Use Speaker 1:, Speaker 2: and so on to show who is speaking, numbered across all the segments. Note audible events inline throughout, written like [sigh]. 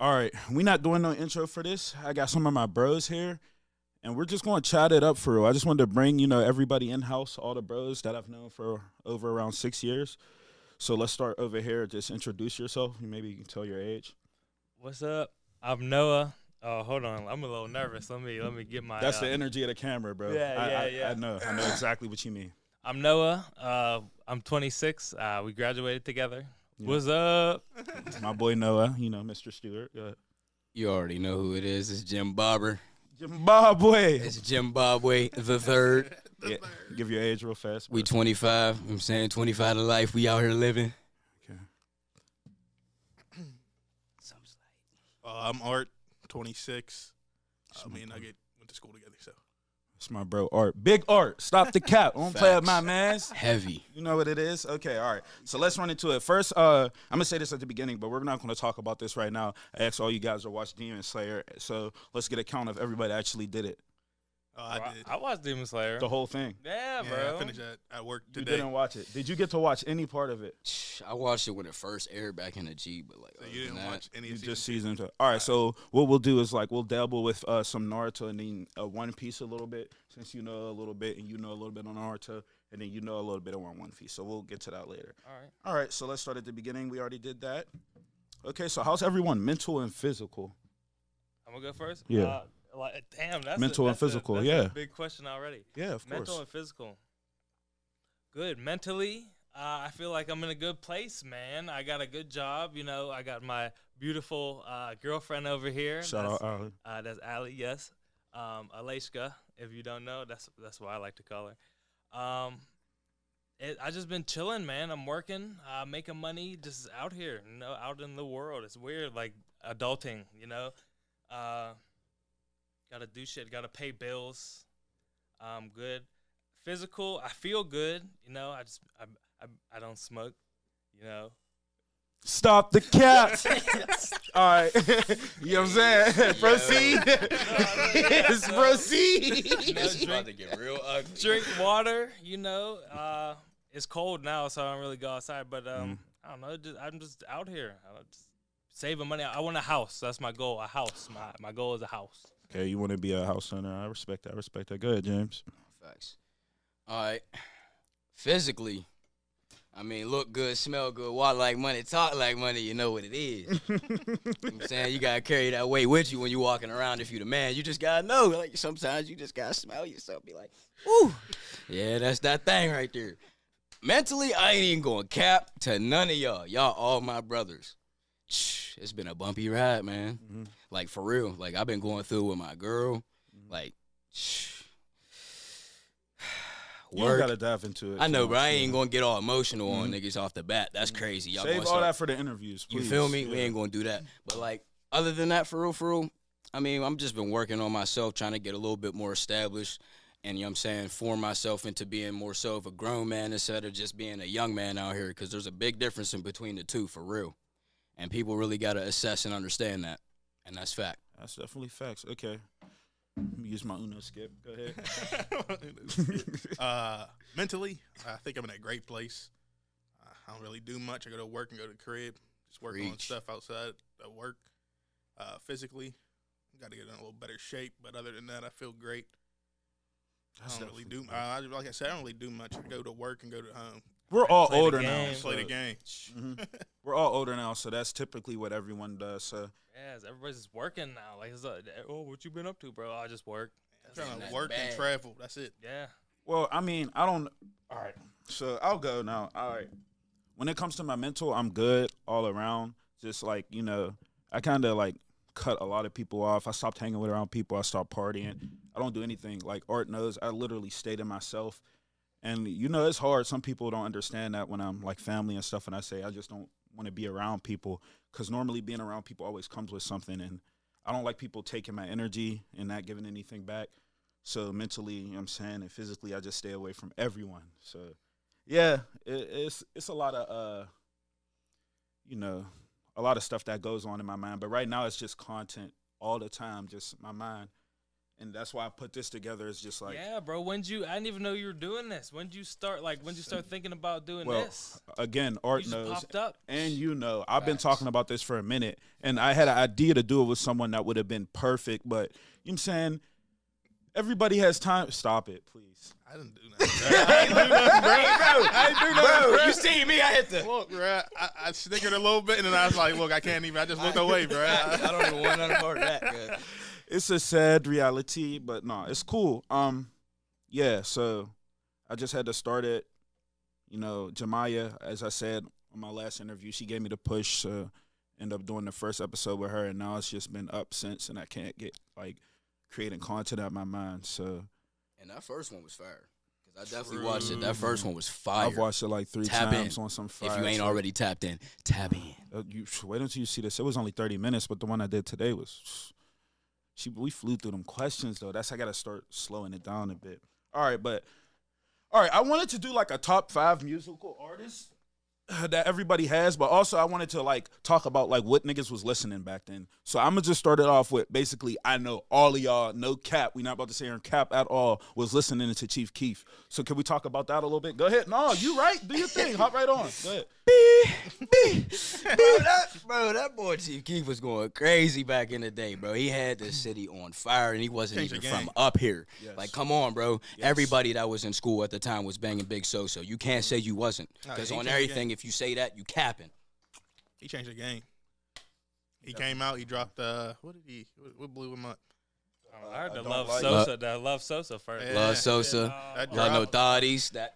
Speaker 1: All right, we not doing no intro for this. I got some of my bros here, and we're just going to chat it up for real. I just wanted to bring you know everybody in house, all the bros that I've known for over around six years. So let's start over here. Just introduce yourself. Maybe you can tell your age.
Speaker 2: What's up? I'm Noah. Oh, hold on. I'm a little nervous. Let me let me get my.
Speaker 1: That's
Speaker 2: uh,
Speaker 1: the energy of the camera, bro.
Speaker 2: Yeah,
Speaker 1: I,
Speaker 2: yeah,
Speaker 1: I,
Speaker 2: yeah.
Speaker 1: I know. I
Speaker 2: [clears throat]
Speaker 1: know exactly what you mean.
Speaker 2: I'm Noah. Uh, I'm 26. Uh, we graduated together.
Speaker 1: Yeah.
Speaker 2: What's up?
Speaker 1: It's my boy Noah. You know, Mr. Stewart. Uh,
Speaker 3: You already know who it is. It's Jim Bobber.
Speaker 1: Zimbabwe.
Speaker 3: It's Zimbabwe the third.
Speaker 1: Yeah, give your age real fast.
Speaker 3: We
Speaker 1: bro.
Speaker 3: 25. I'm saying 25 to life. We out here living.
Speaker 1: Okay.
Speaker 4: Uh, I'm Art, 26. I mean, I get went to school together, so
Speaker 1: It's my bro Art. Big Art. Stop the cap.
Speaker 2: [laughs]
Speaker 1: I Don't play with my mans.
Speaker 3: Heavy.
Speaker 1: You know what it is? Okay, all right. So let's run into it. First, uh, I'm gonna say this at the beginning, but we're not gonna talk about this right now. I asked all you guys to watch Demon Slayer, so let's get a count of everybody that actually did it.
Speaker 4: uh,
Speaker 2: Bro,
Speaker 4: I did.
Speaker 2: I watched Demon Slayer.
Speaker 1: The whole thing.
Speaker 2: yeah,
Speaker 4: yeah,
Speaker 2: bro.
Speaker 4: I finished that at work
Speaker 1: You
Speaker 4: today.
Speaker 1: didn't watch it. Did you get to watch any part of it?
Speaker 3: I watched it when it first aired back in the G, but like
Speaker 4: So
Speaker 3: other
Speaker 4: you
Speaker 3: than
Speaker 4: didn't
Speaker 3: that,
Speaker 4: watch any
Speaker 1: You
Speaker 4: of season
Speaker 1: just season two. All right. So what we'll do is like we'll dabble with uh, some Naruto and then uh, One Piece a little bit, since you know a little bit and you know a little bit on Naruto, and then you know a little bit on One Piece. So we'll get to that later.
Speaker 2: All right.
Speaker 1: All right, so let's start at the beginning. We already did that. Okay, so how's everyone mental and physical?
Speaker 2: I'm gonna go first.
Speaker 1: Yeah.
Speaker 2: Uh, like, damn, that's a-
Speaker 1: Mental and
Speaker 2: that's a-
Speaker 1: physical,
Speaker 2: that's
Speaker 1: yeah.
Speaker 2: A big question already.
Speaker 1: Yeah, of
Speaker 2: Mental and physical. Good. Mentally, uh, I feel like I'm in a good place, man. I got a good job. You know, I got my beautiful uh, girlfriend over here.
Speaker 1: Shout
Speaker 2: That's-
Speaker 1: out Alan.
Speaker 2: Uh, that's Allie, yes. Um, Aleshka, if you don't know, that's that's what I like to call her. Um, it, I just been chilling, man. I'm working, uh, making money, just out here, you know, out in the world. It's weird, like adulting, you know. Uh, gotta do shit. Gotta pay bills. Um, good. Physical, I feel good, you know. I just I I, I don't smoke, you know.
Speaker 1: Stop the cap. [laughs] All right. you know what I'm saying? [laughs] proceed. [laughs] yes,
Speaker 2: no.
Speaker 3: [laughs]
Speaker 1: proceed.
Speaker 2: No drink,
Speaker 3: get
Speaker 4: [laughs]
Speaker 3: real ugly.
Speaker 2: drink water. You know, uh, it's cold now, so I don't really go outside. But
Speaker 1: Mm-hmm.
Speaker 2: um, I don't know. Just, I'm just out here, I'm just saving money. I want a house. That's my goal. A house. My my goal is a house.
Speaker 1: Okay, you want to be a house owner. I respect that. I respect that. Go ahead, James.
Speaker 3: Facts. All right. Physically, I mean, look good, smell good, walk like money, talk like money. You know what it is. you know what I'm saying you gotta carry that weight with you when you're walking around. If you the man, you just gotta know. Like sometimes you just gotta smell yourself, be like, "Ooh, yeah, that's that thing right there." Mentally, I ain't even going cap to none of y'all. Y'all all my brothers. Shh, It's been a bumpy ride, man.
Speaker 1: Mhm.
Speaker 3: Like for real. Like I've been going through with my girl.
Speaker 1: Mm-hmm.
Speaker 3: Like. [sighs] shh.
Speaker 1: You don't
Speaker 3: Work.
Speaker 1: gotta dive into it.
Speaker 3: I know,
Speaker 1: too
Speaker 3: but I
Speaker 1: much,
Speaker 3: ain't
Speaker 1: you know.
Speaker 3: gonna get all emotional on niggas off the bat. That's crazy. Y'all
Speaker 1: Save
Speaker 3: gonna
Speaker 1: all
Speaker 3: start-
Speaker 1: that for the interviews.
Speaker 3: you
Speaker 1: please.
Speaker 3: feel me? We
Speaker 1: Yeah.
Speaker 3: ain't gonna do that. But like, other than that, for real, for real, I mean, I'm just been working on myself, trying to get a little bit more established, and you know what I'm saying, form myself into being more so of a grown man instead of just being a young man out here, because there's a big difference in between the two, for real. And people really gotta assess and understand that, and that's fact.
Speaker 1: That's definitely facts. Okay. Let me use my Uno skip. Go ahead. [laughs]
Speaker 4: two. uh, mentally, I think I'm in a great place. Uh, I don't really do much. I go to work and go to the crib. Just work on
Speaker 3: Preach.
Speaker 4: stuff outside at work. Uh, physically, got to get in a little better shape. But other than that, I feel great. [laughs] I don't really do.
Speaker 1: definitely-
Speaker 4: Uh, I- like I said, I don't really do much. I go to work and go to home.
Speaker 1: We're all
Speaker 2: Play the
Speaker 1: older now.
Speaker 2: game.
Speaker 4: Play the
Speaker 1: so-
Speaker 4: game.
Speaker 1: Mhm. We're all older now, so that's typically what everyone does. So
Speaker 2: Yes, everybody's just working now. Like, it's a, oh, what you been up to, bro? I just work.
Speaker 4: trying
Speaker 3: that's
Speaker 4: to work
Speaker 3: bad.
Speaker 4: and travel. That's it.
Speaker 2: Yeah.
Speaker 1: Well, I mean, I don't. All right. So I'll go now. All right. When it comes to my mental, I'm good all around. Just like, you know, I kind of like cut a lot of people off. I stopped hanging with around people. I stopped partying. I don't do anything. Like Art knows, I literally stay to myself. And, you know, it's hard. Some people don't understand that when I'm like family and stuff. And I say, I just don't want to be around people because normally being around people always comes with something. And I don't like people taking my energy and not giving anything back. So mentally, you know what I'm saying, and physically, I just stay away from everyone. So yeah, it, it's it's a lot of uh, you know, a lot of stuff that goes on in my mind. But right now, it's just content all the time, just my mind. and that's why I put this together. It's just like,
Speaker 2: yeah, bro. When'd you? I didn't even know you were doing this. When'd you start? Like, when'd you start thinking about doing
Speaker 1: well,
Speaker 2: this?
Speaker 1: again,
Speaker 2: You
Speaker 1: Art
Speaker 2: just
Speaker 1: knows,
Speaker 2: popped up.
Speaker 1: and you know, I've been
Speaker 3: Facts.
Speaker 1: talking about this for a minute, and I had an idea to do it with someone that would have been perfect, but you know what I'm saying. Everybody has time. Stop it, please.
Speaker 4: I didn't do [laughs] nothing. I didn't do nothing.
Speaker 3: Bro, you see me? I hit the.
Speaker 4: Look, bro, I, I snickered a little bit, and then I was like, "Look, I can't even." [laughs] I just looked away, bro.
Speaker 3: [laughs] I, I don't even want none part of that. good.
Speaker 1: It's a sad reality, but no, it's cool. Um, yeah. So I just had to start it. You know, Jamaya, as I said on my last interview, she gave me the push to end up doing the first episode with her, and now it's just been up since, and I can't get like creating content out my mind. So
Speaker 3: [laughs] And that first one was fire. Cause I definitely watched it. That first one was fire.
Speaker 1: I've watched it like three
Speaker 3: Tap in.
Speaker 1: times on some.
Speaker 3: if you
Speaker 1: Fridays.
Speaker 3: ain't already tapped in, tap in.
Speaker 1: Uh, you sh- wait until you see this. It was only thirty minutes, but the one I did today was. She we flew through them questions though. That's I gotta start slowing it down a bit. All right, but all right, I wanted to do like a top five musical artists [sighs] that everybody has, but also I wanted to like talk about like what niggas was listening back then. So I'm gonna just start it off with basically I know all of y'all, no cap. We not about to say here cap at all was listening to Chief Keef. So can we talk about that a little bit? Go ahead. No, you right. Do your thing. Hop right on. Go ahead.
Speaker 3: [laughs] bro, that, bro, that boy Chief Keef was going crazy back in the day, bro. He had the city on fire, and he wasn't
Speaker 4: Change the
Speaker 3: even
Speaker 4: game.
Speaker 3: from up here.
Speaker 1: Yes.
Speaker 3: Like, come on, bro. Everybody that was in school at the time was banging Big So So. You can't say you wasn't,
Speaker 4: Nah,
Speaker 3: because
Speaker 4: he
Speaker 3: on
Speaker 4: changed the
Speaker 3: everything, if you say that, you capping.
Speaker 4: He changed the game. He came out. He dropped. Uh, what did he? What, what blew him up?
Speaker 2: Oh, I heard
Speaker 1: I
Speaker 2: the
Speaker 1: don't
Speaker 2: love
Speaker 1: like-
Speaker 2: Sosa. The love Sosa first.
Speaker 4: Yeah.
Speaker 3: Love Sosa,
Speaker 4: That
Speaker 3: love no
Speaker 4: drop.
Speaker 3: thoughties. That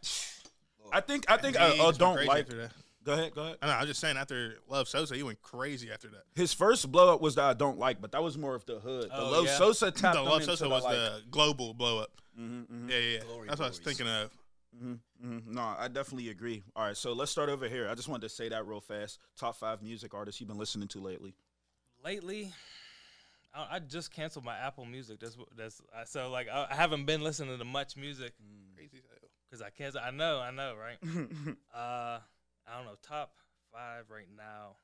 Speaker 1: I think I think I
Speaker 4: He
Speaker 1: uh,
Speaker 4: just went
Speaker 1: don't
Speaker 4: crazy
Speaker 1: like.
Speaker 4: after that.
Speaker 1: Go ahead, go ahead.
Speaker 4: I know. I was just saying. After Love Sosa, he went crazy after that.
Speaker 1: His first blow up was that I don't like, but that was more of the hood. The
Speaker 2: Oh,
Speaker 1: Low
Speaker 2: yeah.
Speaker 1: Sosa tapped
Speaker 4: the
Speaker 1: him
Speaker 4: Love
Speaker 1: into
Speaker 4: Sosa
Speaker 1: the,
Speaker 4: was
Speaker 1: like,
Speaker 4: the global blow up.
Speaker 1: mhm, mhm,
Speaker 4: Yeah, yeah. yeah.
Speaker 3: Glory
Speaker 4: That's what I was
Speaker 3: glories.
Speaker 4: thinking of.
Speaker 1: mhm, mhm. No, I definitely agree. All right, so let's start over here. I just wanted to say that real fast. Top five music artists you've been listening to [laughs] lately.
Speaker 2: Lately, I, I just canceled my Apple Music. That's wh- that's I- so like I, I haven't been listening to much music
Speaker 4: Crazy. as hell.
Speaker 2: because I can't. I know, I know, right? Uh, I don't know. Top five right now.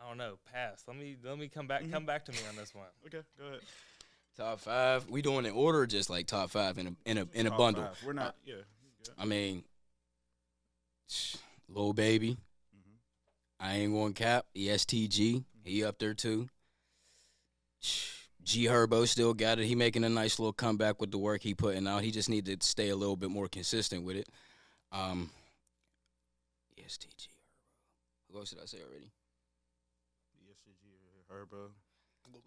Speaker 2: I don't know. Pass. Let me let me come back. Come back to me on this one.
Speaker 1: okay, go ahead.
Speaker 3: top five. We doing in order, or just like top five in a in a in a bundle.
Speaker 1: we We're not. Yeah.
Speaker 3: I mean, [sniffs] little baby.
Speaker 1: Mm-hmm.
Speaker 3: I ain't going cap. E ESTG, he up there too. G Herbo still got it. He making a nice little comeback with the work he putting out. He just need to stay a little bit more consistent with it. Um, E ESTG. Who else did I say already?
Speaker 1: E Herbo,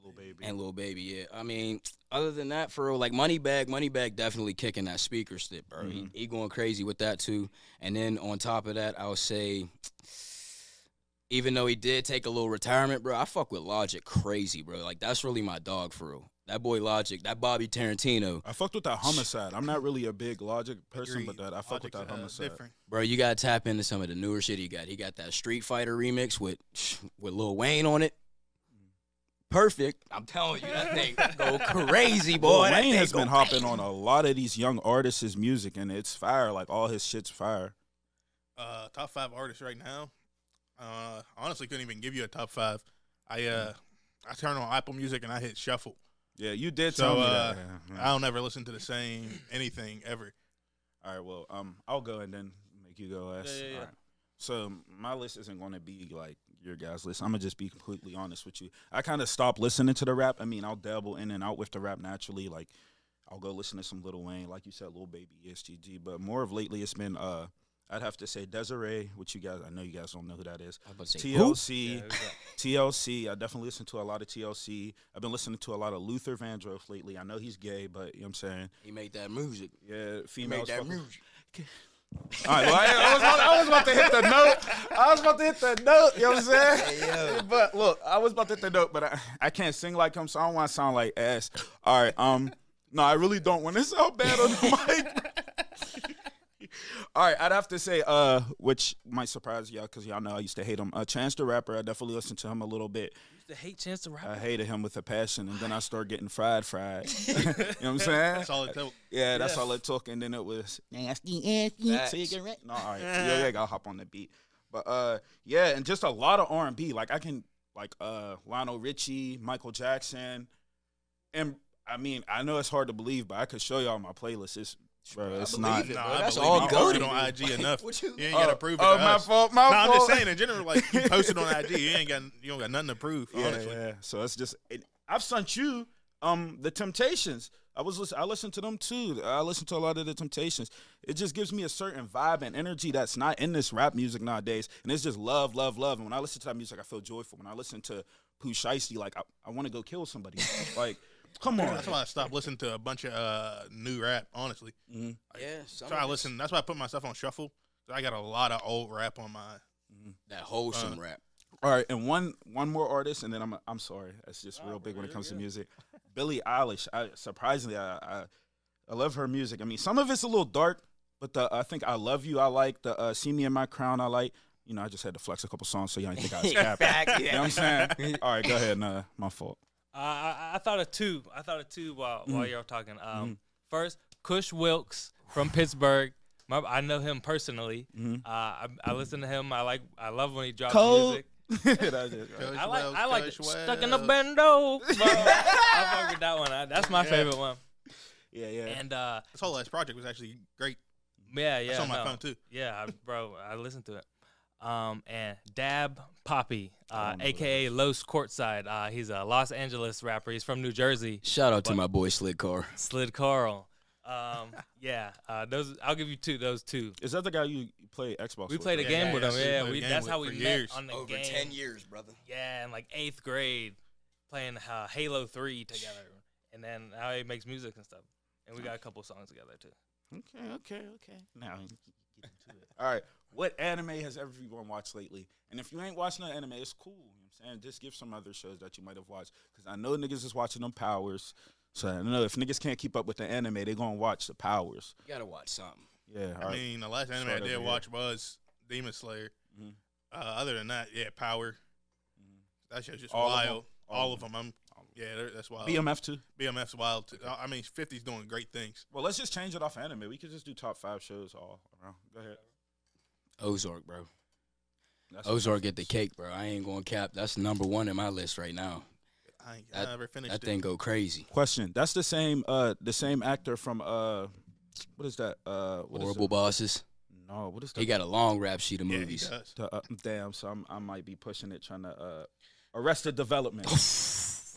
Speaker 1: Lil Baby.
Speaker 3: And little baby, yeah. I mean, other than that, for real, like Moneybag, Moneybag definitely kicking that speaker stick, bro.
Speaker 1: Mm-hmm.
Speaker 3: He, he going crazy with that too. And then on top of that, I'll say, even though he did take a little retirement, bro, I fuck with Logic crazy, bro. Like that's really my dog for real. That boy Logic, that Bobby Tarantino,
Speaker 1: I fucked with that homicide. I'm not really a big logic person, but
Speaker 4: Agreed.
Speaker 1: that I fuck with
Speaker 4: Logic's,
Speaker 1: that
Speaker 4: uh,
Speaker 1: homicide.
Speaker 4: different.
Speaker 3: bro. You gotta tap into some of the newer shit he got. He got that Street Fighter remix with [sniffs] with Lil Wayne on it. Perfect. I'm telling you, that thing
Speaker 1: [laughs]
Speaker 3: go crazy, boy.
Speaker 1: Lil
Speaker 3: That
Speaker 1: Wayne
Speaker 3: thing
Speaker 1: has
Speaker 3: go
Speaker 1: been hopping on a lot of these young artists' music, and it's fire. Like all his shit's fire.
Speaker 4: uh, top five artists right now. Uh, honestly, couldn't even give you a top five. I uh,
Speaker 1: Mm.
Speaker 4: I turn on Apple Music and I hit shuffle.
Speaker 1: Yeah, you did
Speaker 4: So,
Speaker 1: tell me
Speaker 4: uh,
Speaker 1: that. Yeah, yeah.
Speaker 4: I don't ever listen to the same anything ever.
Speaker 1: All right, well, um, I'll go and then make you go last.
Speaker 2: Yeah, yeah, yeah.
Speaker 1: All right. So my list isn't going to be like your guys' list. I'm gonna just be completely honest with you. I kind of stopped listening to the rap. I mean, I'll dabble in and out with the rap naturally. Like, I'll go listen to some Little Wayne, like you said, Little Baby, E ESGG. But more of lately, it's been uh, I'd have to say Desiree, which you guys, I know you guys don't know who that is.
Speaker 3: I'm about to say, who?
Speaker 1: TLC,
Speaker 2: Yeah, who's that?
Speaker 1: TLC. I definitely listen to a lot of TLC. I've been listening to a lot of Luther Vandross lately. I know he's gay, but you know what I'm saying,
Speaker 3: He made that music.
Speaker 1: yeah,
Speaker 3: He
Speaker 1: females.
Speaker 3: made that
Speaker 1: fuck with-
Speaker 3: music.
Speaker 1: [laughs] All right, well, I, I was about, I was about to hit the note. I was about to hit the note. You know what I'm saying? [laughs] But look, I was about to hit the note, but I, I can't sing like him, so I don't want to sound like ass. All right, um, no, I really don't want to [laughs] sound bad on the mic. [laughs] All right, I'd have to say, uh, which might surprise y'all because y'all know I used to hate him. Uh, Chance the Rapper, I definitely listened to him a little bit.
Speaker 2: Used to hate Chance the Rapper.
Speaker 1: I hated him with a passion, and then I started getting fried, fried. [laughs] you know what I'm saying?
Speaker 4: That's all it took.
Speaker 1: Yeah, that's
Speaker 2: Yeah.
Speaker 1: all it took, and then it was
Speaker 5: Nasty, nasty,
Speaker 3: Facts.
Speaker 5: cigarette.
Speaker 1: no,
Speaker 4: [laughs]
Speaker 1: all right, yeah, yeah, I'll hop on the beat. But uh, yeah, and just a lot of R and B. Like I can like uh Lionel Richie, Michael Jackson, and I mean, I know it's hard to believe, but I could show y'all my playlist. It's, bro,
Speaker 3: I
Speaker 1: it's
Speaker 3: believe
Speaker 1: not.
Speaker 3: it, bro.
Speaker 4: Nah, I
Speaker 3: That's
Speaker 4: believe
Speaker 3: all
Speaker 4: you
Speaker 3: goaded.
Speaker 4: posted
Speaker 3: [laughs]
Speaker 4: on IG enough.
Speaker 3: What you?
Speaker 4: You ain't
Speaker 1: Oh,
Speaker 4: gotta prove it
Speaker 1: oh,
Speaker 4: to
Speaker 1: my
Speaker 4: us.
Speaker 1: fault. My
Speaker 4: Nah, I'm
Speaker 1: fault.
Speaker 4: just saying in general, like you posted on IG, you ain't got you don't got nothing to prove.
Speaker 1: Yeah,
Speaker 4: honestly,
Speaker 1: yeah. So it's just it, I've sent you um the Temptations. I was listen, I listened to them too. I listened to a lot of the Temptations. It just gives me a certain vibe and energy that's not in this rap music nowadays. And it's just love, love, love. And when I listen to that music, I feel joyful. When I listen to Pooh Shiesty, like I, I want to go kill [laughs] somebody. like, come on.
Speaker 4: that's why I stopped listening to a bunch of uh, new rap. Honestly,
Speaker 1: Mhm.
Speaker 3: Yeah, some
Speaker 4: so I
Speaker 3: of it's
Speaker 4: listen. That's why I put myself on shuffle. So I got a lot of old rap on my.
Speaker 3: that wholesome rap.
Speaker 1: All right, and one one more artist, and then I'm I'm sorry, it's just real big when it comes to music. Billie Eilish, I, surprisingly, I, I I love her music. I mean, some of it's a little dark, but the I think I love you, I like the uh, See Me in My Crown, I like. You know, I just had to flex a couple songs so y'all didn't think I was capping. You know what I'm saying? [laughs] All right, go ahead. Nah, my fault. [laughs]
Speaker 2: Uh, I, I thought of two. I thought of two while while y'all talking. Um, First, Kush Wilkes from Pittsburgh. My, I know him personally. Uh, I, I listen to him. I like. I love when he drops music.
Speaker 1: That was it.
Speaker 4: Kush
Speaker 2: I like.
Speaker 4: Wells,
Speaker 2: I like
Speaker 4: Kush
Speaker 2: stuck in a
Speaker 4: Wells. [laughs]
Speaker 2: bendo. Bro. I fuck with that one. I, that's my
Speaker 4: Yeah.
Speaker 2: favorite one.
Speaker 1: yeah, yeah.
Speaker 2: And uh,
Speaker 4: This whole last project was actually great.
Speaker 2: yeah, yeah.
Speaker 4: That's on
Speaker 2: no.
Speaker 4: my phone too.
Speaker 2: Yeah, I, bro, I listened to it. Um, and Dab Poppy, uh,
Speaker 1: don't know who that
Speaker 2: aka Los Courtside. Uh, he's a Los Angeles rapper. He's from New Jersey.
Speaker 3: Shout out to my boy Slick Car.
Speaker 2: Slid Carl. Um, yeah, uh, those. I'll give you two. Those two.
Speaker 1: Is that the guy you play Xbox?
Speaker 2: We
Speaker 1: with,
Speaker 2: played a
Speaker 1: right?
Speaker 4: yeah,
Speaker 2: game
Speaker 4: yeah,
Speaker 2: with
Speaker 4: yeah,
Speaker 2: him.
Speaker 4: so we
Speaker 2: Yeah,
Speaker 4: played
Speaker 2: we.
Speaker 4: a game
Speaker 2: That's
Speaker 4: with
Speaker 2: how we
Speaker 4: for
Speaker 2: met
Speaker 4: years.
Speaker 2: on the
Speaker 3: Over
Speaker 2: game.
Speaker 3: ten years, brother.
Speaker 2: Yeah, in like eighth grade, playing uh, Halo Three together, and then how he makes music and stuff. And we got a couple songs together too.
Speaker 1: Okay, okay, okay. Now, get into it. [laughs] all right. What anime has everyone watched lately? And if you ain't watching that anime, it's cool. You know what I'm saying? Just give some other shows that you might have watched. Because I know niggas is watching them powers. So I know if niggas can't keep up with the anime, they going to watch the powers.
Speaker 3: You gotta watch something.
Speaker 1: Yeah. All
Speaker 4: I
Speaker 1: right.
Speaker 4: mean, the last anime
Speaker 1: Start
Speaker 4: I
Speaker 1: over
Speaker 4: did
Speaker 1: here.
Speaker 4: watch was Demon Slayer.
Speaker 1: Mhm.
Speaker 4: Uh, other than that, yeah, Power. That show's just
Speaker 1: All of 'em? uh,
Speaker 4: wild.
Speaker 1: All
Speaker 4: Mm-hmm. All
Speaker 1: of
Speaker 4: of them. I'm, yeah, they're- that's wild.
Speaker 1: BMF too.
Speaker 4: BMF's wild. Too. I I mean, 50's doing great things.
Speaker 1: Well, let's just change it off anime. We could just do top five shows all around. Go ahead.
Speaker 3: Ozark, bro.
Speaker 1: That's
Speaker 3: Ozark get the cake, bro. I ain't gonna cap. That's number one in my list right now.
Speaker 4: I ain't
Speaker 3: That-
Speaker 4: I never finished
Speaker 3: That
Speaker 4: it.
Speaker 3: thing go crazy.
Speaker 1: Question. That's the same. Uh, the same actor from uh, what is that? Uh, what is
Speaker 3: Horrible bosses.
Speaker 1: that? No. What is that?
Speaker 3: He got a long rap sheet of
Speaker 4: Yeah, he
Speaker 3: movies.
Speaker 4: does.
Speaker 1: To, uh, damn, so I'm, I might be pushing it, trying to uh, arrested development.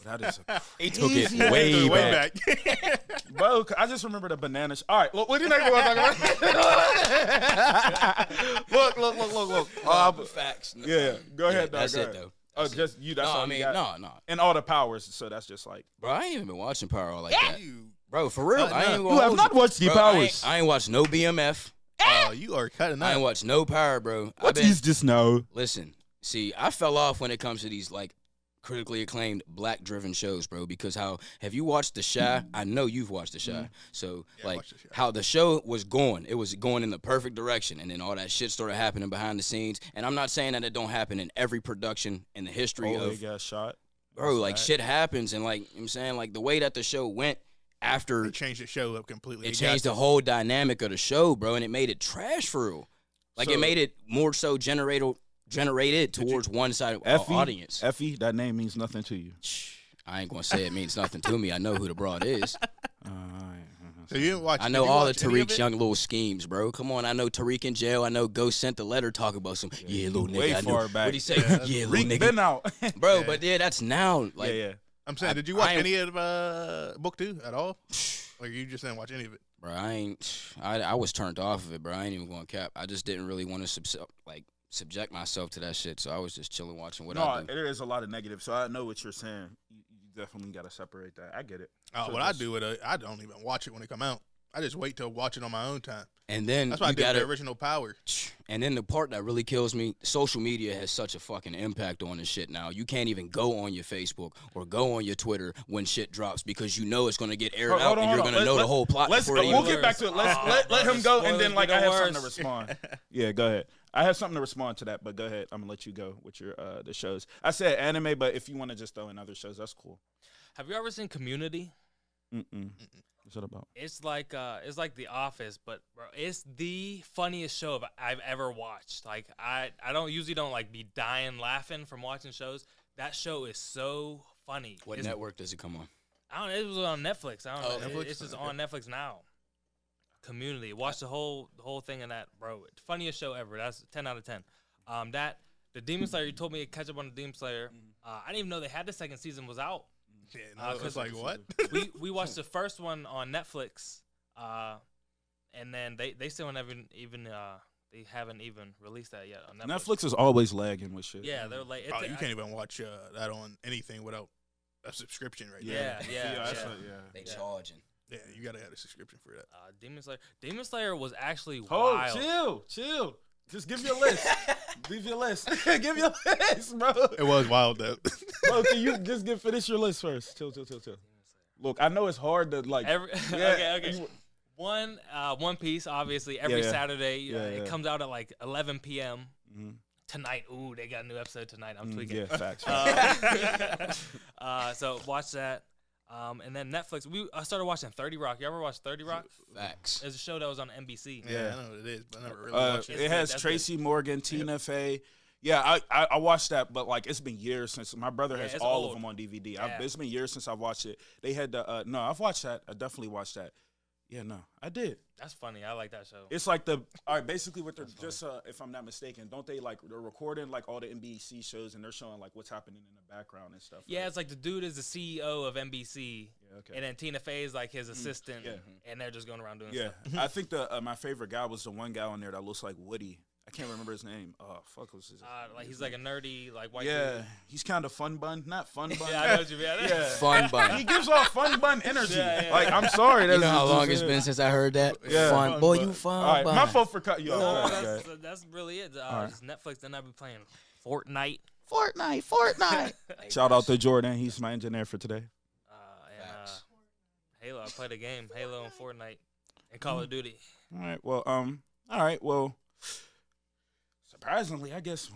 Speaker 1: that is, a,
Speaker 3: He took it
Speaker 1: Easy.
Speaker 3: [laughs] way
Speaker 4: [laughs] Way
Speaker 3: back.
Speaker 4: back.
Speaker 1: bro. I just remember the banana. Sh- All right, look, what do you think we're talking about? [laughs] look, look, look, look, look. Uh,
Speaker 3: But facts. no.
Speaker 1: yeah, go ahead. dog,
Speaker 3: That's
Speaker 1: go
Speaker 3: it
Speaker 1: ahead.
Speaker 3: though.
Speaker 1: Oh, just you. That's
Speaker 3: no,
Speaker 1: all
Speaker 3: I
Speaker 1: you
Speaker 3: mean,
Speaker 1: got?
Speaker 3: no, no,
Speaker 1: And all the powers. So that's just like
Speaker 3: bro. I ain't even been watching Power all like that,
Speaker 4: you,
Speaker 3: bro. For real, I ain't
Speaker 4: Uh, no.
Speaker 3: even gonna
Speaker 1: you have
Speaker 3: hold
Speaker 1: not watched the
Speaker 3: Bro, I ain't-
Speaker 1: powers.
Speaker 3: I ain't, watched no BMF.
Speaker 4: oh, you are cutting
Speaker 3: I ain't
Speaker 4: out.
Speaker 3: watched no Power, bro. I
Speaker 1: What
Speaker 3: been,
Speaker 1: is this now?
Speaker 3: Listen, see, I fell off when it comes to these like critically acclaimed black driven shows, bro, because how have you watched The Shy? I know you've watched The Shy.
Speaker 1: Mm-hmm.
Speaker 3: So
Speaker 4: I
Speaker 3: like
Speaker 4: watched The Chi.
Speaker 3: how the show was going, it was going in the perfect direction and then all that shit started happening behind the scenes. And I'm not saying that it don't happen in every production in the history
Speaker 1: Oh, they
Speaker 3: of
Speaker 1: got shot.
Speaker 3: bro, like
Speaker 1: That's
Speaker 3: shit happens and like you know what I'm saying like the way that the show went after
Speaker 4: They changed the show up completely.
Speaker 3: it
Speaker 4: They
Speaker 3: changed the
Speaker 4: got-
Speaker 3: whole dynamic of the show, bro, and it made it trash for real. Like it
Speaker 1: So-
Speaker 3: made it more so generated generated towards one side of our
Speaker 1: Effie,
Speaker 3: audience.
Speaker 1: Effie, that name means nothing to you.
Speaker 3: Shh, I ain't gonna say it means nothing to me. I know who the broad is.
Speaker 1: All right.
Speaker 4: So you didn't watch.
Speaker 3: I
Speaker 4: did
Speaker 3: know
Speaker 4: you
Speaker 3: all the
Speaker 4: watch any of
Speaker 3: Tariq's
Speaker 4: it?
Speaker 3: young little schemes, bro. Come on, I know Tariq in jail. I know Ghost sent the letter talk about some yeah, little nigga.
Speaker 1: Way
Speaker 3: I knew.
Speaker 1: far back.
Speaker 3: What'd he say?
Speaker 4: Yeah,
Speaker 3: Yeah,
Speaker 4: that's-
Speaker 3: little
Speaker 1: Reek
Speaker 3: nigga,
Speaker 1: been out. [laughs] yeah,
Speaker 3: bro.
Speaker 4: Yeah.
Speaker 3: But yeah, that's now. Like,
Speaker 1: yeah.
Speaker 4: I'm saying,
Speaker 3: I-
Speaker 4: did you watch
Speaker 3: I ain't-
Speaker 4: any of uh, Book Two at all? Or you just didn't watch any of it?
Speaker 3: bro, I ain't. I, I was turned off of it, bro. I ain't even going to cap. I just didn't really want to subs- like subject myself to that shit. So I was just chilling, watching what I
Speaker 1: no,
Speaker 3: do.
Speaker 1: there is a lot of negative, so I know what you're saying. You, you definitely got to separate that. I get it.
Speaker 4: Uh,
Speaker 1: So
Speaker 4: what I
Speaker 1: just-
Speaker 4: do with it, I don't even watch it when it come out. I just wait to watch it on my own time.
Speaker 3: And
Speaker 2: Mm,
Speaker 3: then
Speaker 4: That's why I
Speaker 3: you
Speaker 4: did with
Speaker 3: gotta,
Speaker 4: the original Power.
Speaker 3: And then the part that really kills me, social media has such a fucking impact on this shit now. You can't even go on your Facebook or go on your Twitter when shit drops because you know it's gonna get aired
Speaker 1: Hold-
Speaker 3: out
Speaker 1: hold on,
Speaker 3: and you're
Speaker 1: hold on.
Speaker 3: gonna know
Speaker 1: Let-
Speaker 3: the whole plot
Speaker 1: Let's,
Speaker 3: Uh, before it
Speaker 1: we'll
Speaker 3: even-
Speaker 1: get back to it. Let's
Speaker 4: Ah,
Speaker 2: Oh,
Speaker 1: let, let him go, and
Speaker 2: spoilers
Speaker 1: then like
Speaker 2: be
Speaker 1: I
Speaker 2: the
Speaker 1: have something to
Speaker 2: worst.
Speaker 1: respond.
Speaker 4: [laughs]
Speaker 1: yeah, go ahead. I have something to respond to that, but go ahead. I'm gonna let you go with your uh the shows. I said anime, but if you want to just throw in other shows, that's cool.
Speaker 2: Have you ever seen Community?
Speaker 1: Mm-mm. What's it about?
Speaker 2: It's like uh, it's like The Office, but bro, it's the funniest show I've- I've ever watched. Like I, I don't usually don't like be dying laughing from watching shows. That show is so funny.
Speaker 3: What
Speaker 2: It's-
Speaker 3: network does it come on?
Speaker 2: I don't. It was on Netflix. I don't
Speaker 3: Oh,
Speaker 2: know. It-
Speaker 4: Netflix?
Speaker 2: It's just
Speaker 4: Okay.
Speaker 2: on Netflix now. Community. Watch the whole the whole thing of that, bro. Funniest show ever. That's ten out of ten. Um, that the Demon Slayer. You told me to catch up on the Demon Slayer.
Speaker 4: Mm-hmm.
Speaker 2: Uh, I didn't even know they had the second season was
Speaker 4: [laughs]
Speaker 2: out.
Speaker 4: Yeah, no,
Speaker 2: Uh,
Speaker 4: it's
Speaker 2: 'cause-
Speaker 4: like what?
Speaker 2: we we watched the first one on Netflix, uh, and then they they still haven't even uh they haven't even released that yet on Netflix.
Speaker 1: Netflix is always lagging with shit. [laughs]
Speaker 2: Yeah, they're like, it's
Speaker 4: oh, you
Speaker 2: I-
Speaker 4: can't even watch uh, that on anything without a subscription right now.
Speaker 2: Yeah, yeah,
Speaker 1: that's
Speaker 2: yeah.
Speaker 1: what-
Speaker 3: They
Speaker 2: Yeah.
Speaker 3: charging.
Speaker 4: Yeah, you gotta have a subscription for that.
Speaker 2: Uh, Demon Slayer. Demon Slayer was actually
Speaker 4: Oh,
Speaker 1: Hold,
Speaker 2: wild.
Speaker 1: chill, chill. Just give your list. Leave your list. [laughs] give your list, bro.
Speaker 4: It was wild though.
Speaker 1: bro, can you just get finish your list first? Chill, chill, chill, chill. Look, I know it's hard to like. [laughs]
Speaker 2: Every, [laughs]
Speaker 1: Yeah,
Speaker 2: okay, okay.
Speaker 1: you-
Speaker 2: One, uh, One Piece. Obviously, every
Speaker 1: yeah.
Speaker 2: Saturday
Speaker 1: Yeah,
Speaker 2: uh, it
Speaker 1: yeah.
Speaker 2: comes out at like 11 p.m.
Speaker 1: Mhm.
Speaker 2: Tonight, ooh, they got a new episode tonight. I'm
Speaker 1: Mm,
Speaker 2: tweaking.
Speaker 1: yeah, facts. facts.
Speaker 2: [laughs]
Speaker 1: [laughs]
Speaker 2: Uh, uh, so watch that, um, and then Netflix. We I started watching Thirty Rock. You ever watched Thirty Rock?
Speaker 3: Facts.
Speaker 2: It's a show that was on NBC.
Speaker 4: [laughs] yeah, I know what it is, but I never really
Speaker 1: Uh,
Speaker 4: watched it.
Speaker 2: It's
Speaker 1: it
Speaker 2: good,
Speaker 1: has
Speaker 2: that's
Speaker 1: Tracy Morgan, Tina Fey. Yeah, I, I I watched that, but like it's been years since my brother
Speaker 2: Yeah,
Speaker 1: has
Speaker 2: it's
Speaker 1: all
Speaker 2: old.
Speaker 1: of them on DVD.
Speaker 2: Yeah.
Speaker 1: I've, it's been years since I've watched it. They had the uh, no, I've watched that. I definitely watched that. Yeah, no, I did.
Speaker 2: That's funny. I like that show.
Speaker 1: It's like the all right. Basically, what they're just uh, if I'm not mistaken, don't they like they're recording like all the NBC shows and they're showing like what's happening in the background and stuff.
Speaker 2: yeah,
Speaker 1: right?
Speaker 2: it's like the dude is the CEO of NBC,
Speaker 1: Yeah, okay. Mm,
Speaker 2: and then Tina Fey is like his assistant,
Speaker 1: yeah.
Speaker 2: and they're just going around doing
Speaker 1: Yeah,
Speaker 2: stuff.
Speaker 1: I
Speaker 2: [laughs]
Speaker 1: think the uh, my favorite guy was the one guy on there that looks like Woody. I can't remember his name. Oh fuck, was his?
Speaker 2: Uh, like he's like a nerdy, like white.
Speaker 1: yeah,
Speaker 2: dude.
Speaker 1: he's kind of fun bun, not fun [laughs] bun.
Speaker 2: [laughs] yeah, I know what you mean.
Speaker 1: Yeah. [laughs]
Speaker 3: Fun
Speaker 1: he
Speaker 3: bun.
Speaker 1: gives off fun bun energy.
Speaker 2: [laughs] Yeah, yeah,
Speaker 1: like
Speaker 2: yeah.
Speaker 1: I'm sorry,
Speaker 3: You
Speaker 1: that's
Speaker 3: know how
Speaker 1: just-
Speaker 3: long it's been since I heard that?
Speaker 1: Yeah.
Speaker 3: Fun,
Speaker 4: Fun
Speaker 3: boy,
Speaker 4: bun.
Speaker 3: you fun
Speaker 1: All right,
Speaker 3: bun.
Speaker 1: my fault for cut you
Speaker 2: No,
Speaker 1: off. Oh, Okay.
Speaker 2: that's, that's really it. Uh,
Speaker 1: Alright.
Speaker 2: just Netflix. Then I've been playing
Speaker 3: [laughs]
Speaker 2: Fortnite.
Speaker 3: Fortnite,
Speaker 2: [laughs]
Speaker 3: Fortnite.
Speaker 1: Shout out to Jordan. He's my engineer for today.
Speaker 2: Uh, and, uh,
Speaker 3: Facts.
Speaker 2: Halo. I played a game, Halo and Fortnite, and Call
Speaker 1: Mm.
Speaker 2: of Duty.
Speaker 1: All right. Well, um, all right. Well, surprisingly, I guess